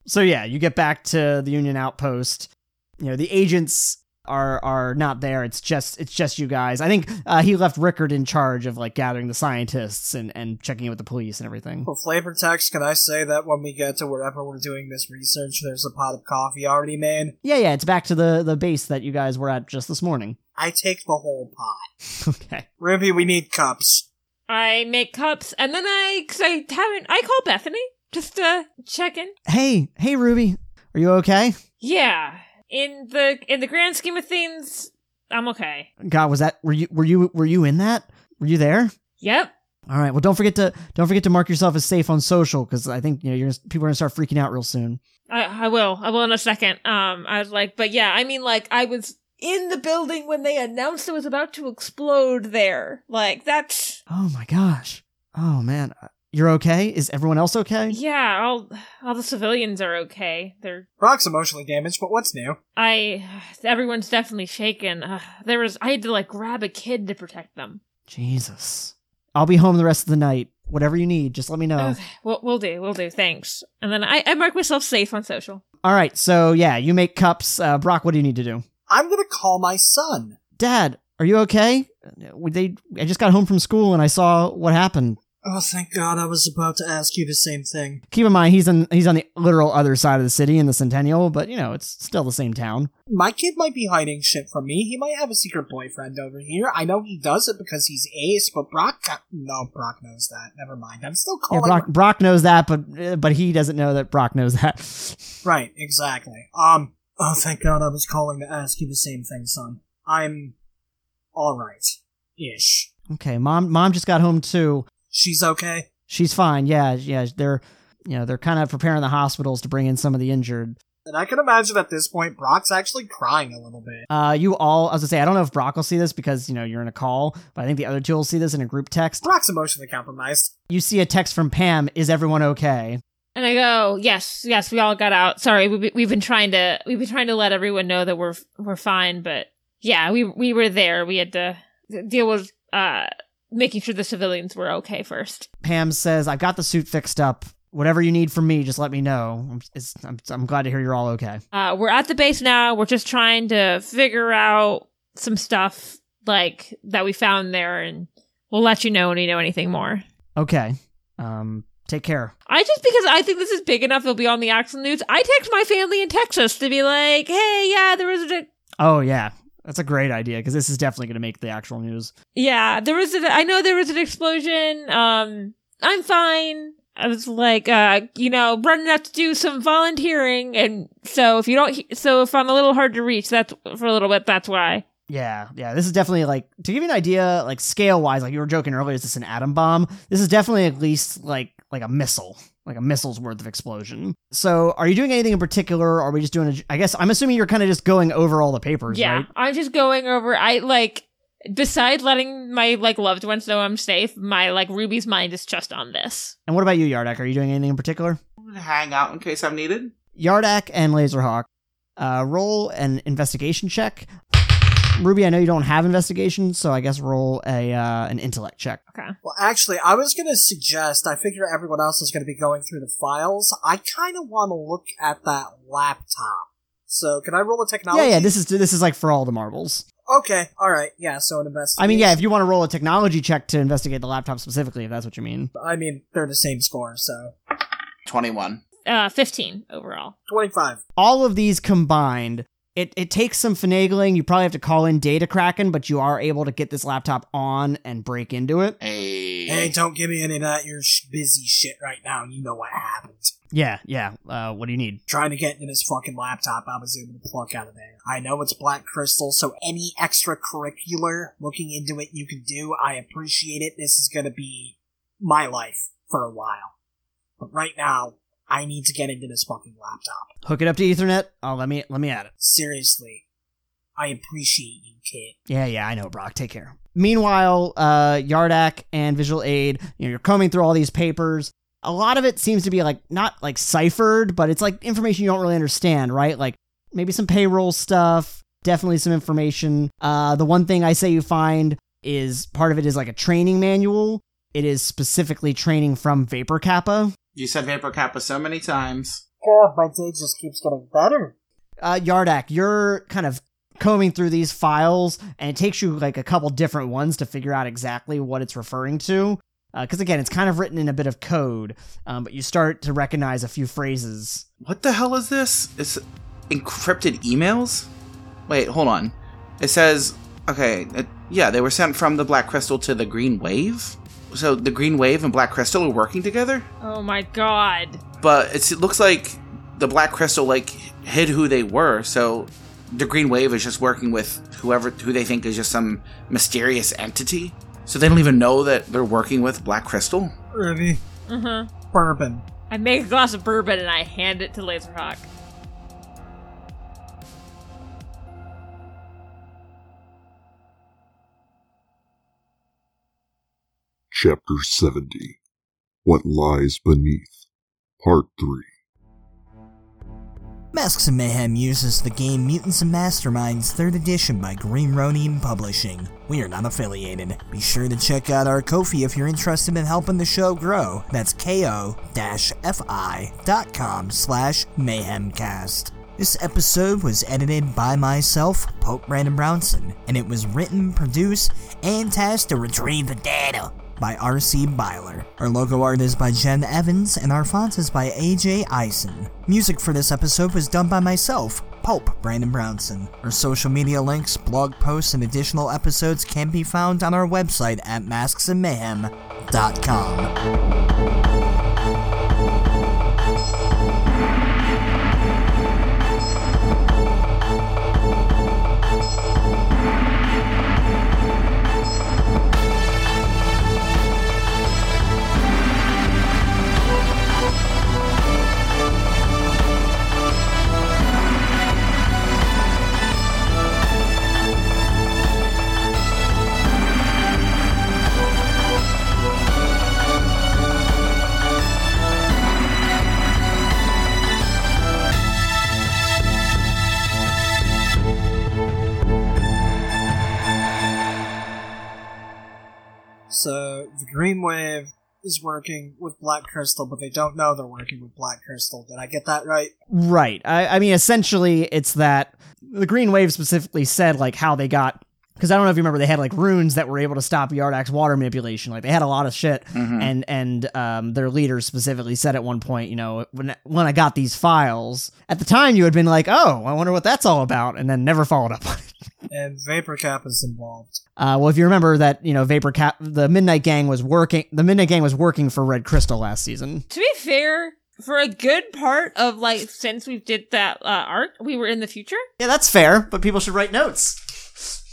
C: so yeah, you get back to the Union outpost. You know, the agents are are not there. It's just it's just you guys. I think uh, he left Rickard in charge of like gathering the scientists and and checking in with the police and everything.
F: Well, flavor text, can I say that when we get to wherever we're doing this research, there's a pot of coffee already made?
C: Yeah, yeah, it's back to the the base that you guys were at just this morning.
F: I take the whole pot.
C: okay.
F: Ruby, we need cups.
E: I make cups, and then I, because I haven't, I call Bethany just to check in.
C: Hey, hey Ruby. Are you okay?
E: Yeah, in the in the grand scheme of things, I'm okay.
C: God, was that were you were you were you in that? Were you there?
E: Yep.
C: All right. Well, don't forget to don't forget to mark yourself as safe on social because I think you know you're people are gonna start freaking out real soon.
E: I, I will. I will in a second. Um, I was like, but yeah, I mean, like, I was in the building when they announced it was about to explode there. Like, that's,
C: Oh my gosh. Oh man, you're okay. Is everyone else okay?
E: yeah, all, all the civilians are okay. They're,
F: Brock's emotionally damaged, but what's new?
E: I, everyone's definitely shaken. Uh, there was, I had to, like, grab a kid to protect them.
C: Jesus. I'll be home the rest of the night. Whatever you need, just let me know.
E: Okay, we'll, we'll do, we'll do, thanks. And then I, I mark myself safe on social.
C: All right. So yeah, you make cups. Uh, Brock, what do you need to do?
F: I'm gonna call my son.
C: Dad, are you okay? Uh, They, I just got home from school and I saw what happened.
F: Oh, thank God, I was about to ask you the same thing.
C: Keep in mind he's on he's on the literal other side of the city in the Centennial, but you know it's still the same town.
F: My kid might be hiding shit from me. He might have a secret boyfriend over here. I know he does it because he's ace, but Brock. No, Brock knows that. Never mind. I'm still
C: Yeah,
F: calling.
C: Brock, Brock knows that, but uh, but he doesn't know that Brock knows that.
F: Right, exactly. Um. Oh, thank God, I was calling to ask you the same thing, son. I'm. alright. Ish.
C: okay, mom mom just got home too.
F: She's okay?
C: She's fine. Yeah, yeah. They're you know they're kind of preparing the hospitals to bring in some of the injured.
F: And I can imagine at this point, Brock's actually crying a little bit.
C: Uh, you all, I was gonna say, I don't know if Brock will see this because you know you're in a call, but I think the other two will see this in a group text.
F: Brock's emotionally compromised.
C: You see a text from Pam. Is everyone okay?
E: And I go, yes, yes, we all got out. Sorry, we, we've been trying to we've been trying to let everyone know that we're we're fine, but yeah, we we were there. We had to deal with uh making sure the civilians were okay first.
C: Pam says, "I've got the suit fixed up. Whatever you need from me, just let me know. I'm, it's, I'm, I'm glad to hear you're all okay."
E: Uh, we're at the base now. We're just trying to figure out some stuff like that we found there, and we'll let you know when we know anything more.
C: Okay. Um, take care.
E: I just because I think this is big enough, it'll be on the Axel news. I text my family in Texas to be like, hey, yeah, there was a
C: Oh yeah, that's a great idea because this is definitely gonna make the actual news.
E: Yeah, there was an, I know there was an explosion. Um, I'm fine. I was like, uh, you know, running out to do some volunteering. And so if you don't, he- so if I'm a little hard to reach, that's for a little bit, that's why.
C: Yeah, yeah. This is definitely like to give you an idea, like scale wise, like you were joking earlier, is this an atom bomb? This is definitely at least like like a missile, like a missile's worth of explosion. So, are you doing anything in particular? Are we just doing? A, I guess I'm assuming you're kind of just going over all the papers,
E: yeah.
C: right?
E: I'm just going over, I like, beside letting my like loved ones know I'm safe, my like Ruby's mind is just on this.
C: And what about you, Yardak? Are you doing anything in particular?
D: Hang out in case I'm needed.
C: Yardak and Laserhawk, uh, roll an investigation check. Ruby, I know you don't have investigation, so I guess roll a uh, an intellect check.
F: Well, actually, I was going to suggest, I figure everyone else is going to be going through the files. I kind of want to look at that laptop. So, can I roll a technology?
C: Yeah, yeah. This is this is like for all the marbles.
F: okay, alright, yeah, so an investigation.
C: I mean, yeah, if you want to roll a technology check to investigate the laptop specifically, if that's what you mean.
F: I mean, they're the same score, so.
D: 21.
E: Uh, 15 overall.
F: 25.
C: All of these combined, it, it takes some finagling. You probably have to call in data kraken, but you are able to get this laptop on and break into it.
D: Hey.
F: Hey, don't give me any of that. You're sh- busy shit right now. You know what happened.
C: Yeah, yeah. Uh, what do you need?
F: Trying to get into this fucking laptop, I was able to pluck out of there. I know it's Black Crystal, so any extracurricular looking into it you can do, I appreciate it. This is gonna be my life for a while. But right now, I need to get into this fucking laptop.
C: Hook it up to Ethernet. Oh, let me let me at it.
F: Seriously. I appreciate you, kid.
C: Yeah, yeah, I know, Brock. Take care. Meanwhile, uh, Yardak and Visual Aid, you know, you're combing through all these papers. A lot of it seems to be like not like ciphered, but it's like information you don't really understand, right? Like maybe some payroll stuff, definitely some information. Uh, the one thing I say you find is part of it is like a training manual. It is specifically training from Vapor Kappa.
D: You said Vapor Kappa so many times.
F: God, my day just keeps getting better.
C: uh, Yardak, you're kind of combing through these files, and it takes you like a couple different ones to figure out exactly what it's referring to. Because again, it's kind of written in a bit of code, um, but you start to recognize a few phrases.
D: What the hell is this? It's encrypted emails? Wait, hold on. It says, okay, it, yeah, they were sent from the Black Crystal to the Green Wave. So the Green Wave and Black Crystal are working together?
E: Oh my god.
D: But it's, it looks like the Black Crystal, like, hid who they were, so the Green Wave is just working with whoever, who they think is just some mysterious entity. So they don't even know that they're working with Black Crystal?
F: Ruby,
E: Uh-huh.
F: bourbon.
E: I make a glass of bourbon and I hand it to Laserhawk.
B: Chapter 70 What Lies Beneath, Part 3.
A: Masks and Mayhem uses the game Mutants and Masterminds 3rd edition by Green Ronin Publishing. We are not affiliated. Be sure to check out our Ko-fi if you're interested in helping the show grow. That's ko-fi.com slash mayhemcast. This episode was edited by myself, Pope Brandon Brownson, and it was written, produced, and tasked to retrieve the data by R.C. Byler. Our logo art is by Jen Evans, and our font is by A.J. Eisen. Music for this episode was done by myself, Pulp Brandon Brownson. Our social media links, blog posts, and additional episodes can be found on our website at masksandmayhem.com.
F: So the Green Wave is working with Black Crystal, but they don't know they're working with Black Crystal. Did I get that right?
C: Right. I, I mean, essentially, it's that the Green Wave specifically said like how they got. Because I don't know if you remember, they had like runes that were able to stop Yardak's water manipulation. Like they had a lot of shit,
E: Hmm.
C: and and um, their leader specifically said at one point, you know, when when I got these files, at the time you had been like, oh, I wonder what that's all about, and then never followed up on it.
F: And Vapor Cap is involved.
C: Uh, well, if you remember that, you know, Vapor Cap, the Midnight Gang was working. The Midnight Gang was working for Red Crystal last season.
E: To be fair, for a good part of like since we did that uh, arc, we were in the future.
C: Yeah, that's fair, but people should write notes.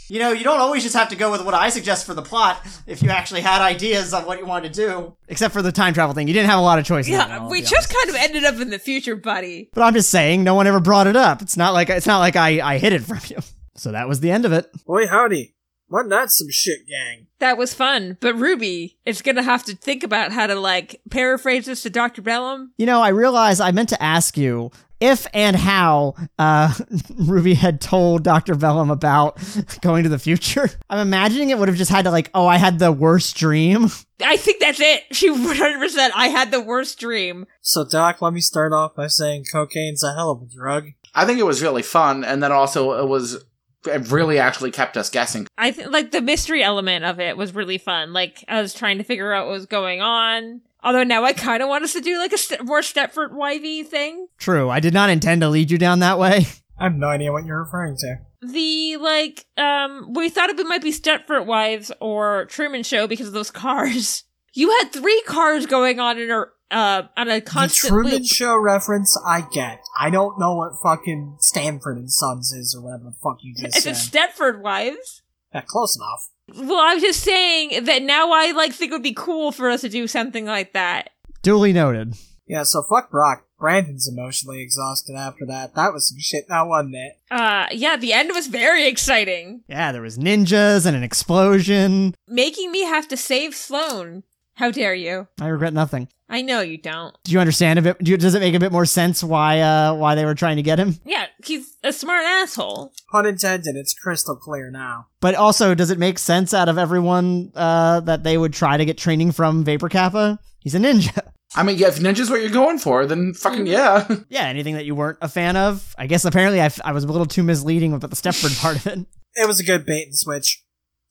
C: You know, you don't always just have to go with what I suggest for the plot if you actually had ideas on what you wanted to do. Except for the time travel thing, you didn't have a lot of choices. on that,
E: Yeah,
C: I'll
E: we
C: be
E: just
C: honest.
E: kind of ended up in the future, buddy.
C: But I'm just saying, no one ever brought it up. It's not like it's not like I I hid it from you. So that was the end of it.
F: Boy howdy, wasn't that some shit, gang?
E: That was fun, but Ruby is gonna have to think about how to like paraphrase this to Doctor Bellum.
C: You know, I realize I meant to ask you if and how uh, Ruby had told Dr. Vellum about going to the future. I'm imagining it would have just had to like, oh, I had the worst dream.
E: I think that's it. She 100. percent I had the worst dream.
F: So Doc, let me start off by saying cocaine's a hell of a drug.
D: I think it was really fun, and then also it was, it really actually kept us guessing.
E: I think like the mystery element of it was really fun. Like I was trying to figure out what was going on. Although now I kind of want us to do like a st- more Stepford YV thing.
C: True, I did not intend to lead you down that way.
F: I have no idea what you're referring to.
E: The like um we thought it might be Stepford Wives or Truman Show because of those cars. You had three cars going on in a uh on a constant
F: the Truman
E: loop.
F: Show reference, I get. I don't know what fucking Stanford and Sons is or whatever the fuck you just
E: Is it
F: said.
E: Stepford Wives?
F: Yeah, close enough.
E: Well, I'm just saying that now I like think it would be cool for us to do something like that.
C: Duly noted.
F: Yeah, so fuck Brock. Brandon's emotionally exhausted after that. That was some shit, now wasn't it?
E: Uh, yeah, the end was very exciting,
C: Yeah, there was ninjas and an explosion.
E: making me have to save Sloane. How dare you?
C: I regret nothing.
E: I know you don't.
C: Do you understand a bit? Do you, does it make a bit more sense why uh, why they were trying to get him?
E: Yeah, he's a smart asshole.
F: Pun intended, it's crystal clear now.
C: But also, does it make sense out of everyone uh, that they would try to get training from Vapor Kappa? He's a ninja.
D: I mean, yeah, if ninja's what you're going for, then fucking yeah.
C: yeah, anything that you weren't a fan of. I guess apparently I, f- I was a little too misleading about the Stepford part of it.
F: It was a good bait and switch.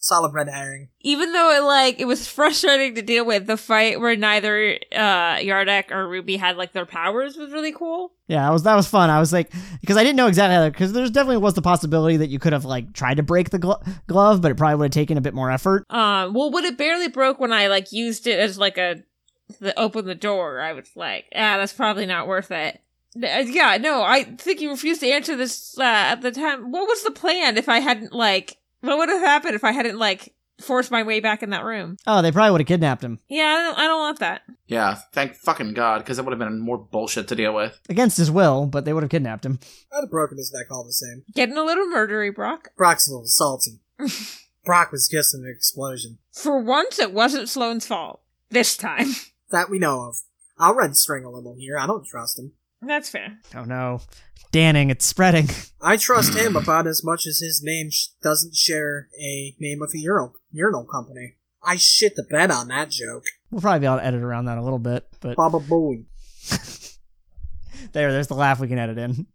F: Solid red herring.
E: Even though it like it was frustrating to deal with, the fight where neither uh Yardak or Ruby had like their powers was really cool.
C: Yeah, I was that was fun. I was like, because I didn't know exactly how. Because there's definitely was the possibility that you could have like tried to break the glo- glove, but it probably would have taken a bit more effort.
E: Um, well, when it barely broke when I like used it as like a the open the door, I was like, ah, that's probably not worth it. N- uh, Yeah, no, I think you refused to answer this uh, at the time. What was the plan if I hadn't like? What would have happened if I hadn't like forced my way back in that room?
C: Oh, they probably would have kidnapped him
E: Yeah, I don't, I don't want that.
D: yeah, thank fucking god, because that would have been more bullshit to deal with.
C: against his will, but they would have kidnapped him.
F: I'd have broken his neck all the same.
E: Getting a little murdery, Brock.
F: Brock's a little salty. Brock was just an explosion.
E: For once, it wasn't Sloane's fault. This time.
F: That we know of. I'll red string a little here. I don't trust him.
E: That's fair.
C: Oh no, Danning, it's spreading.
F: I trust him about as much as his name sh- doesn't share a name with a urinal, urinal company. I shit the bed on that joke.
C: We'll probably be able to edit around that a little bit, but
F: Baba Booey.
C: there, there's the laugh we can edit in.